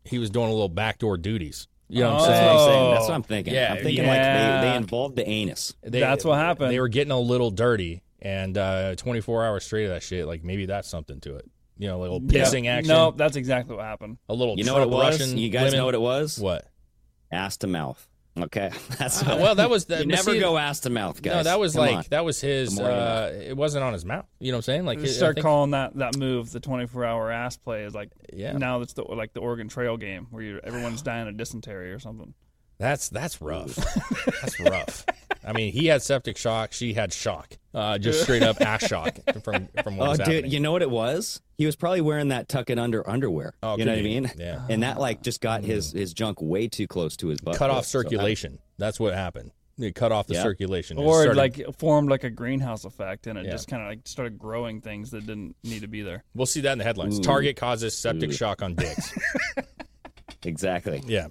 he was doing a little backdoor duties. You know what I'm That's saying? what I'm saying. That's what I'm thinking. Yeah, I'm thinking yeah. like they, they involved the anus. They- That's what happened. They were getting a little dirty, and uh, 24 hours straight of that shit. Like maybe that's something to it. You know, a little Yeah. pissing action. No, that's exactly what happened. A little. You know what it was? Russian you guys know what it was? [laughs] What? Uh, Ass to mouth. Okay, [laughs] that's what, Well, that was the you never see, go ass to mouth, guys. No, that was Come like on. that was his. The more you Uh, it wasn't on his mouth. You know what I'm saying? Like Just I start think- calling that, that move the 24 hour ass play is like Yeah. now that's the like the Oregon Trail game where you everyone's dying of dysentery or something. That's that's [laughs] rough. that's rough. I mean, he had septic shock. She had shock. Uh, just straight up ass shock from from what Oh, was dude, happening. you know what it was? He was probably wearing that tuck it under underwear. Oh, you could know what I be. mean? Yeah. Mm. And that like just got his his junk way too close to his butt. cut off So, I- circulation. that's what happened. It cut off the Yeah. circulation. It Or it started- like formed like a greenhouse effect and it Yeah. just kind of like started growing things that didn't need to be there. we'll see that in the headlines. Ooh. Target causes septic Ooh. shock on dicks. exactly. [laughs] yeah,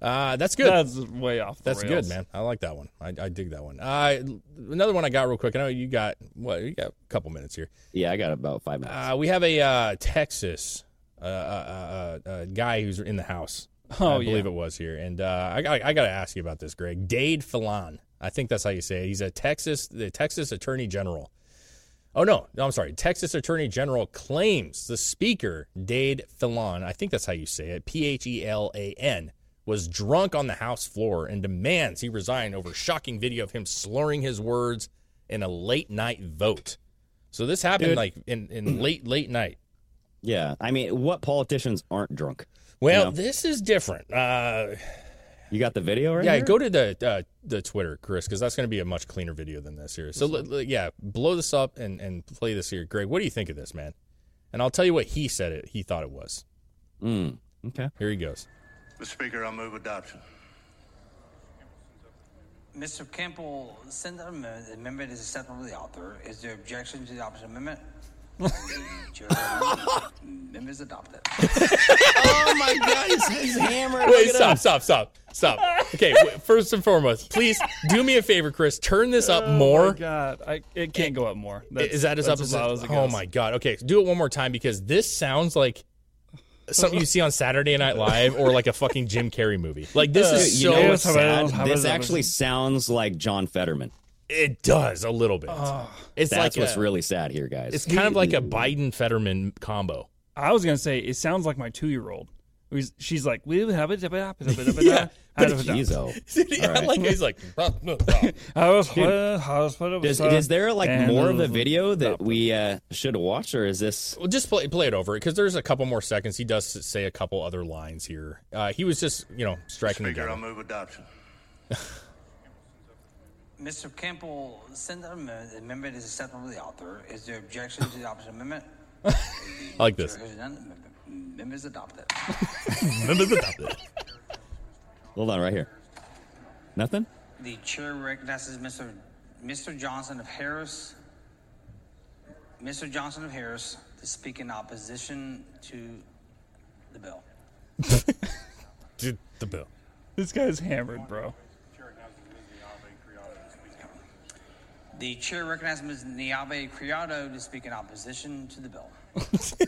uh, that's good. That's way off the That's rails. good, man. I like that one. I, I dig that one. Uh, another one I got real quick. I know you got what you got a couple minutes here. Yeah, I got about five minutes. Uh, we have a uh, Texas uh, uh, uh, uh, guy who's in the house. Oh, I believe yeah. it was here, and uh, I got I got to ask you about this, Greg Dade Filon. I think that's how you say it. He's a Texas the Texas Attorney General. Oh no, no, I'm sorry. Texas Attorney General claims the Speaker Dade Filon. I think that's how you say it. P H E L A N was drunk on the House floor and demands he resign over shocking video of him slurring his words in a late night vote. So this happened Dude. like in, in late late night. yeah, I mean, what politicians aren't drunk? Well, Yeah. this is different. Uh, You got the video right? yeah, here? go to the uh, the Twitter, Chris, because that's going to be a much cleaner video than this here. So l- l- yeah, blow this up and and play this here, Greg. What do you think of this, man? And I'll tell you what he said it. He thought it was. Mm, okay. Here he goes. Mr. Speaker, I move adoption. Mr. Campbell, send an amendment. The amendment is acceptable to the author. Is there objection to the opposite amendment? The chair will- amendment is adopted. Oh my god, he's, he's hammered. Wait, stop, stop, stop, stop. [laughs] Okay, w- first and foremost, please do me a favor, Chris. Turn this up more. God, I, it can't go up more. That's, is that as up that's as, as loud as it Oh goes. my god. Okay, do it one more time because this sounds like something you see on Saturday Night Live or like a fucking Jim Carrey movie. Like this Dude, is you so know what's How sad? about- how about This that? actually sounds like John Fetterman. it does a little bit. it's That's like what's a, really sad here, guys. it's kind of like a Biden Fetterman combo. I was gonna say it sounds like my two year old. She's like, we have it, Yeah, but [laughs] Jeez-o. [laughs] yeah, All right. like he's like I was, I was, Does, is there like And- more of the video that we uh, should watch, or is this? Well, just play play it over because there's a couple more seconds. He does say a couple other lines here. Uh, he was just, you know, striking the Speaker, I down. move adoption. Mr. Campbell, send an amendment. The amendment is acceptable to the author. Is there objection to the opposite amendment? I like [laughs] this. [laughs] There is none. Amendment- Amendment is adopted. Hold on, right here. Nothing. The chair recognizes Mr. Mr. Johnson of Harris. Mr. Johnson of Harris to speak in opposition to the bill. Did the bill. This guy's hammered, bro. The chair recognizes Ms. Niabe Criado to speak in opposition to the bill. [laughs]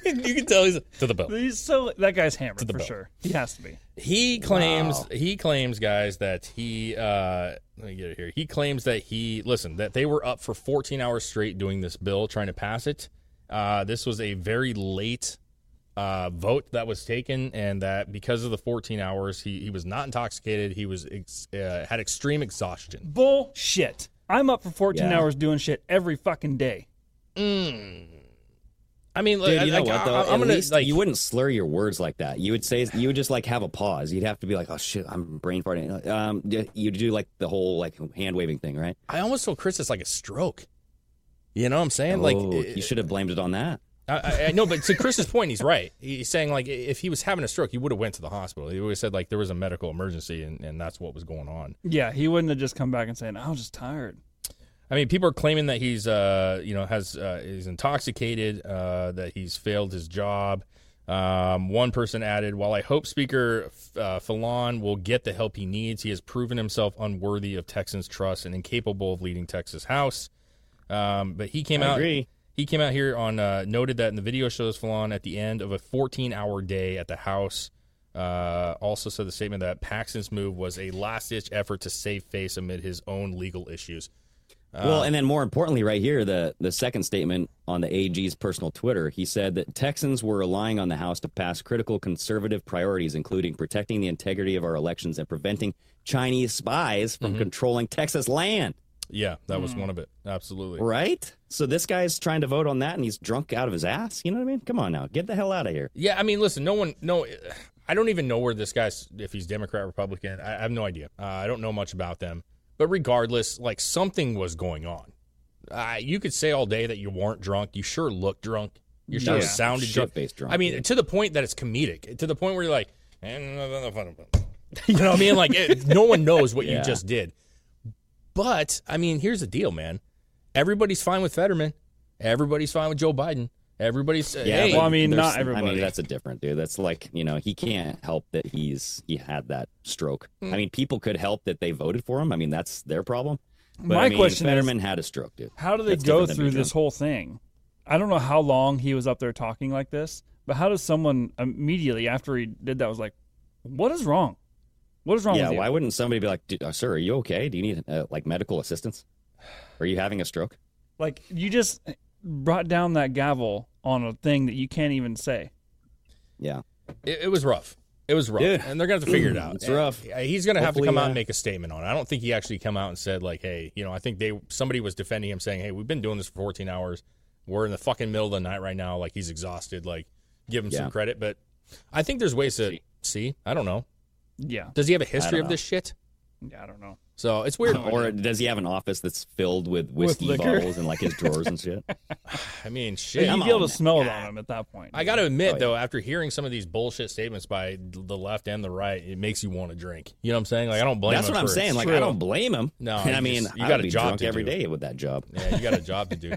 you can tell he's to [laughs] the bill. He's so that guy's hammered the for bone. sure. He has to be. He claims he claims guys that he uh let me get it here. He claims that he listen that they were up for 14 hours straight doing this bill trying to pass it. Uh this was a very late uh vote that was taken and that because of the 14 hours he he was not intoxicated, he was ex- uh, had extreme exhaustion. Bullshit. I'm up for 14 Yeah. hours doing shit every fucking day. I mean, Dude, like, you know like, what though? I, am At gonna least like you wouldn't slur your words like that. You would say you would just like have a pause. You'd have to be like, "Oh shit, I'm brain farting." Um, you do like the whole like hand waving thing, right? I almost told Chris it's like a stroke. You know what I'm saying? like Oh, it- you should have blamed it on that. I- I, I know, but to Chris's point, he's right. He's saying like if he was having a stroke, he would have went to the hospital. He would have said like there was a medical emergency, and, and that's what was going on. Yeah, he wouldn't have just come back and saying, "I was just tired." I mean, people are claiming that he's uh you know has uh, is intoxicated, uh, that he's failed his job. Um, one person added, "While I hope Speaker uh, Fallon will get the help he needs, he has proven himself unworthy of Texans' trust and incapable of leading Texas House." Um, but he came I out. agree. He came out here on uh, noted that in the video shows Fallon at the end of a 14-hour day at the House. Uh, also said the statement that Paxton's move was a last-ditch effort to save face amid his own legal issues. Ah. well, and then more importantly, right here, the the second statement on the AG's personal Twitter, he said that Texans were relying on the House to pass critical conservative priorities, including protecting the integrity of our elections and preventing Chinese spies Mm-hmm. from controlling Texas land. Yeah, that was one of it. Absolutely. Right? So this guy's trying to vote on that and he's drunk out of his ass. You know what I mean? Come on now. Get the hell out of here. Yeah, I mean, listen, no one, no, I don't even know where this guy's, if he's Democrat, Republican. I, I have no idea. Uh, I don't know much about them. But regardless, like something was going on. Uh, you could say all day that you weren't drunk. You sure looked drunk. You sure Yeah. sounded drunk. Shit-faced drunk, I mean, yeah. to the point that it's comedic. To the point where you're like, "Eh, no, no, no, no, no." [laughs] you know what I mean? Like, it, no one knows what you Yeah. just did. But I mean, here's the deal, man. Everybody's fine with Fetterman. Everybody's fine with Joe Biden. Everybody's uh, hey, but Well, I mean, there's- not I mean, everybody. that's a different dude. That's like, you know, he can't help that he's he had that stroke. I mean, people could help that they voted for him. I mean, that's their problem. But, My I mean, question is- Fetterman had a stroke, dude. How do they That's go different than through being this drunk. whole thing? I don't know how long he was up there talking like this, but how does someone immediately after he did that was like, "What is wrong? What is wrong Yeah, with you?" why wouldn't somebody be like, "Dude, uh, "Sir, are you okay? Do you need uh, like medical assistance? Are you having a stroke?" like you just brought down that gavel on a thing that you can't even say. Yeah, It, it was rough. It was rough, Dude. and they're gonna have to figure it out. [clears throat] It's rough. Yeah, He's gonna have to Hopefully, come out uh, and make a statement on it. I don't think he actually come out and said like, "Hey, you know, I think they somebody was defending him saying, "Hey, we've been doing this for 14 hours. We're in the fucking middle of the night right now. Like he's exhausted. Like give him Yeah. some credit." But I think there's ways to see. I don't know. Yeah, Does he have a history don't of this shit? yeah, I don't know. So it's weird. or does he have an office that's filled with whiskey liquor. bottles and like his drawers [laughs] and shit? I mean, But shit. you'd Come be able on. to smell it on him at that point. I got to admit Oh, yeah. though, after hearing some of these bullshit statements by the left and the right, it makes you want to drink. You know what I'm saying? Like I don't blame. That's him what I'm for it. saying. Like, I don't blame him. No, [laughs] I you mean, just- you I got would a be job drunk to every do. day with that job. Yeah, you got a job to [laughs] do.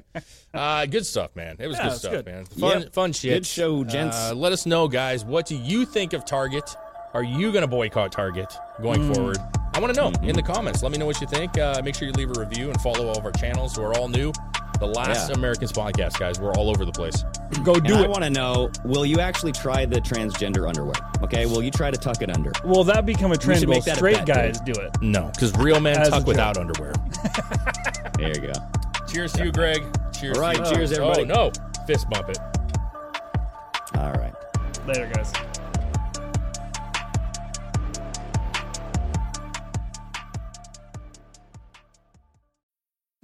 Uh, good stuff, man. It was Yeah, good it's stuff, good. man. Fun, Yep. fun shit. Good show, gents. Uh, let us know, guys. What do you think of Target? Are you going to boycott Target going forward? I want to know in the comments. Let me know what you think. Uh, make sure you leave a review and follow all of our channels. We're all new. The last Yeah. Americans podcast, guys. We're all over the place. go do and it. I want to know: Will you actually try the transgender underwear? Okay, will you try to tuck it under? Will that become a trend? should Will make that a straight bet, guys dude. do it? No, because real men As a tuck joke. without underwear. There you go. [laughs] Cheers to you, Greg. Cheers. All right, to you. cheers, everybody. Oh no, fist bump it. All right. Later, guys.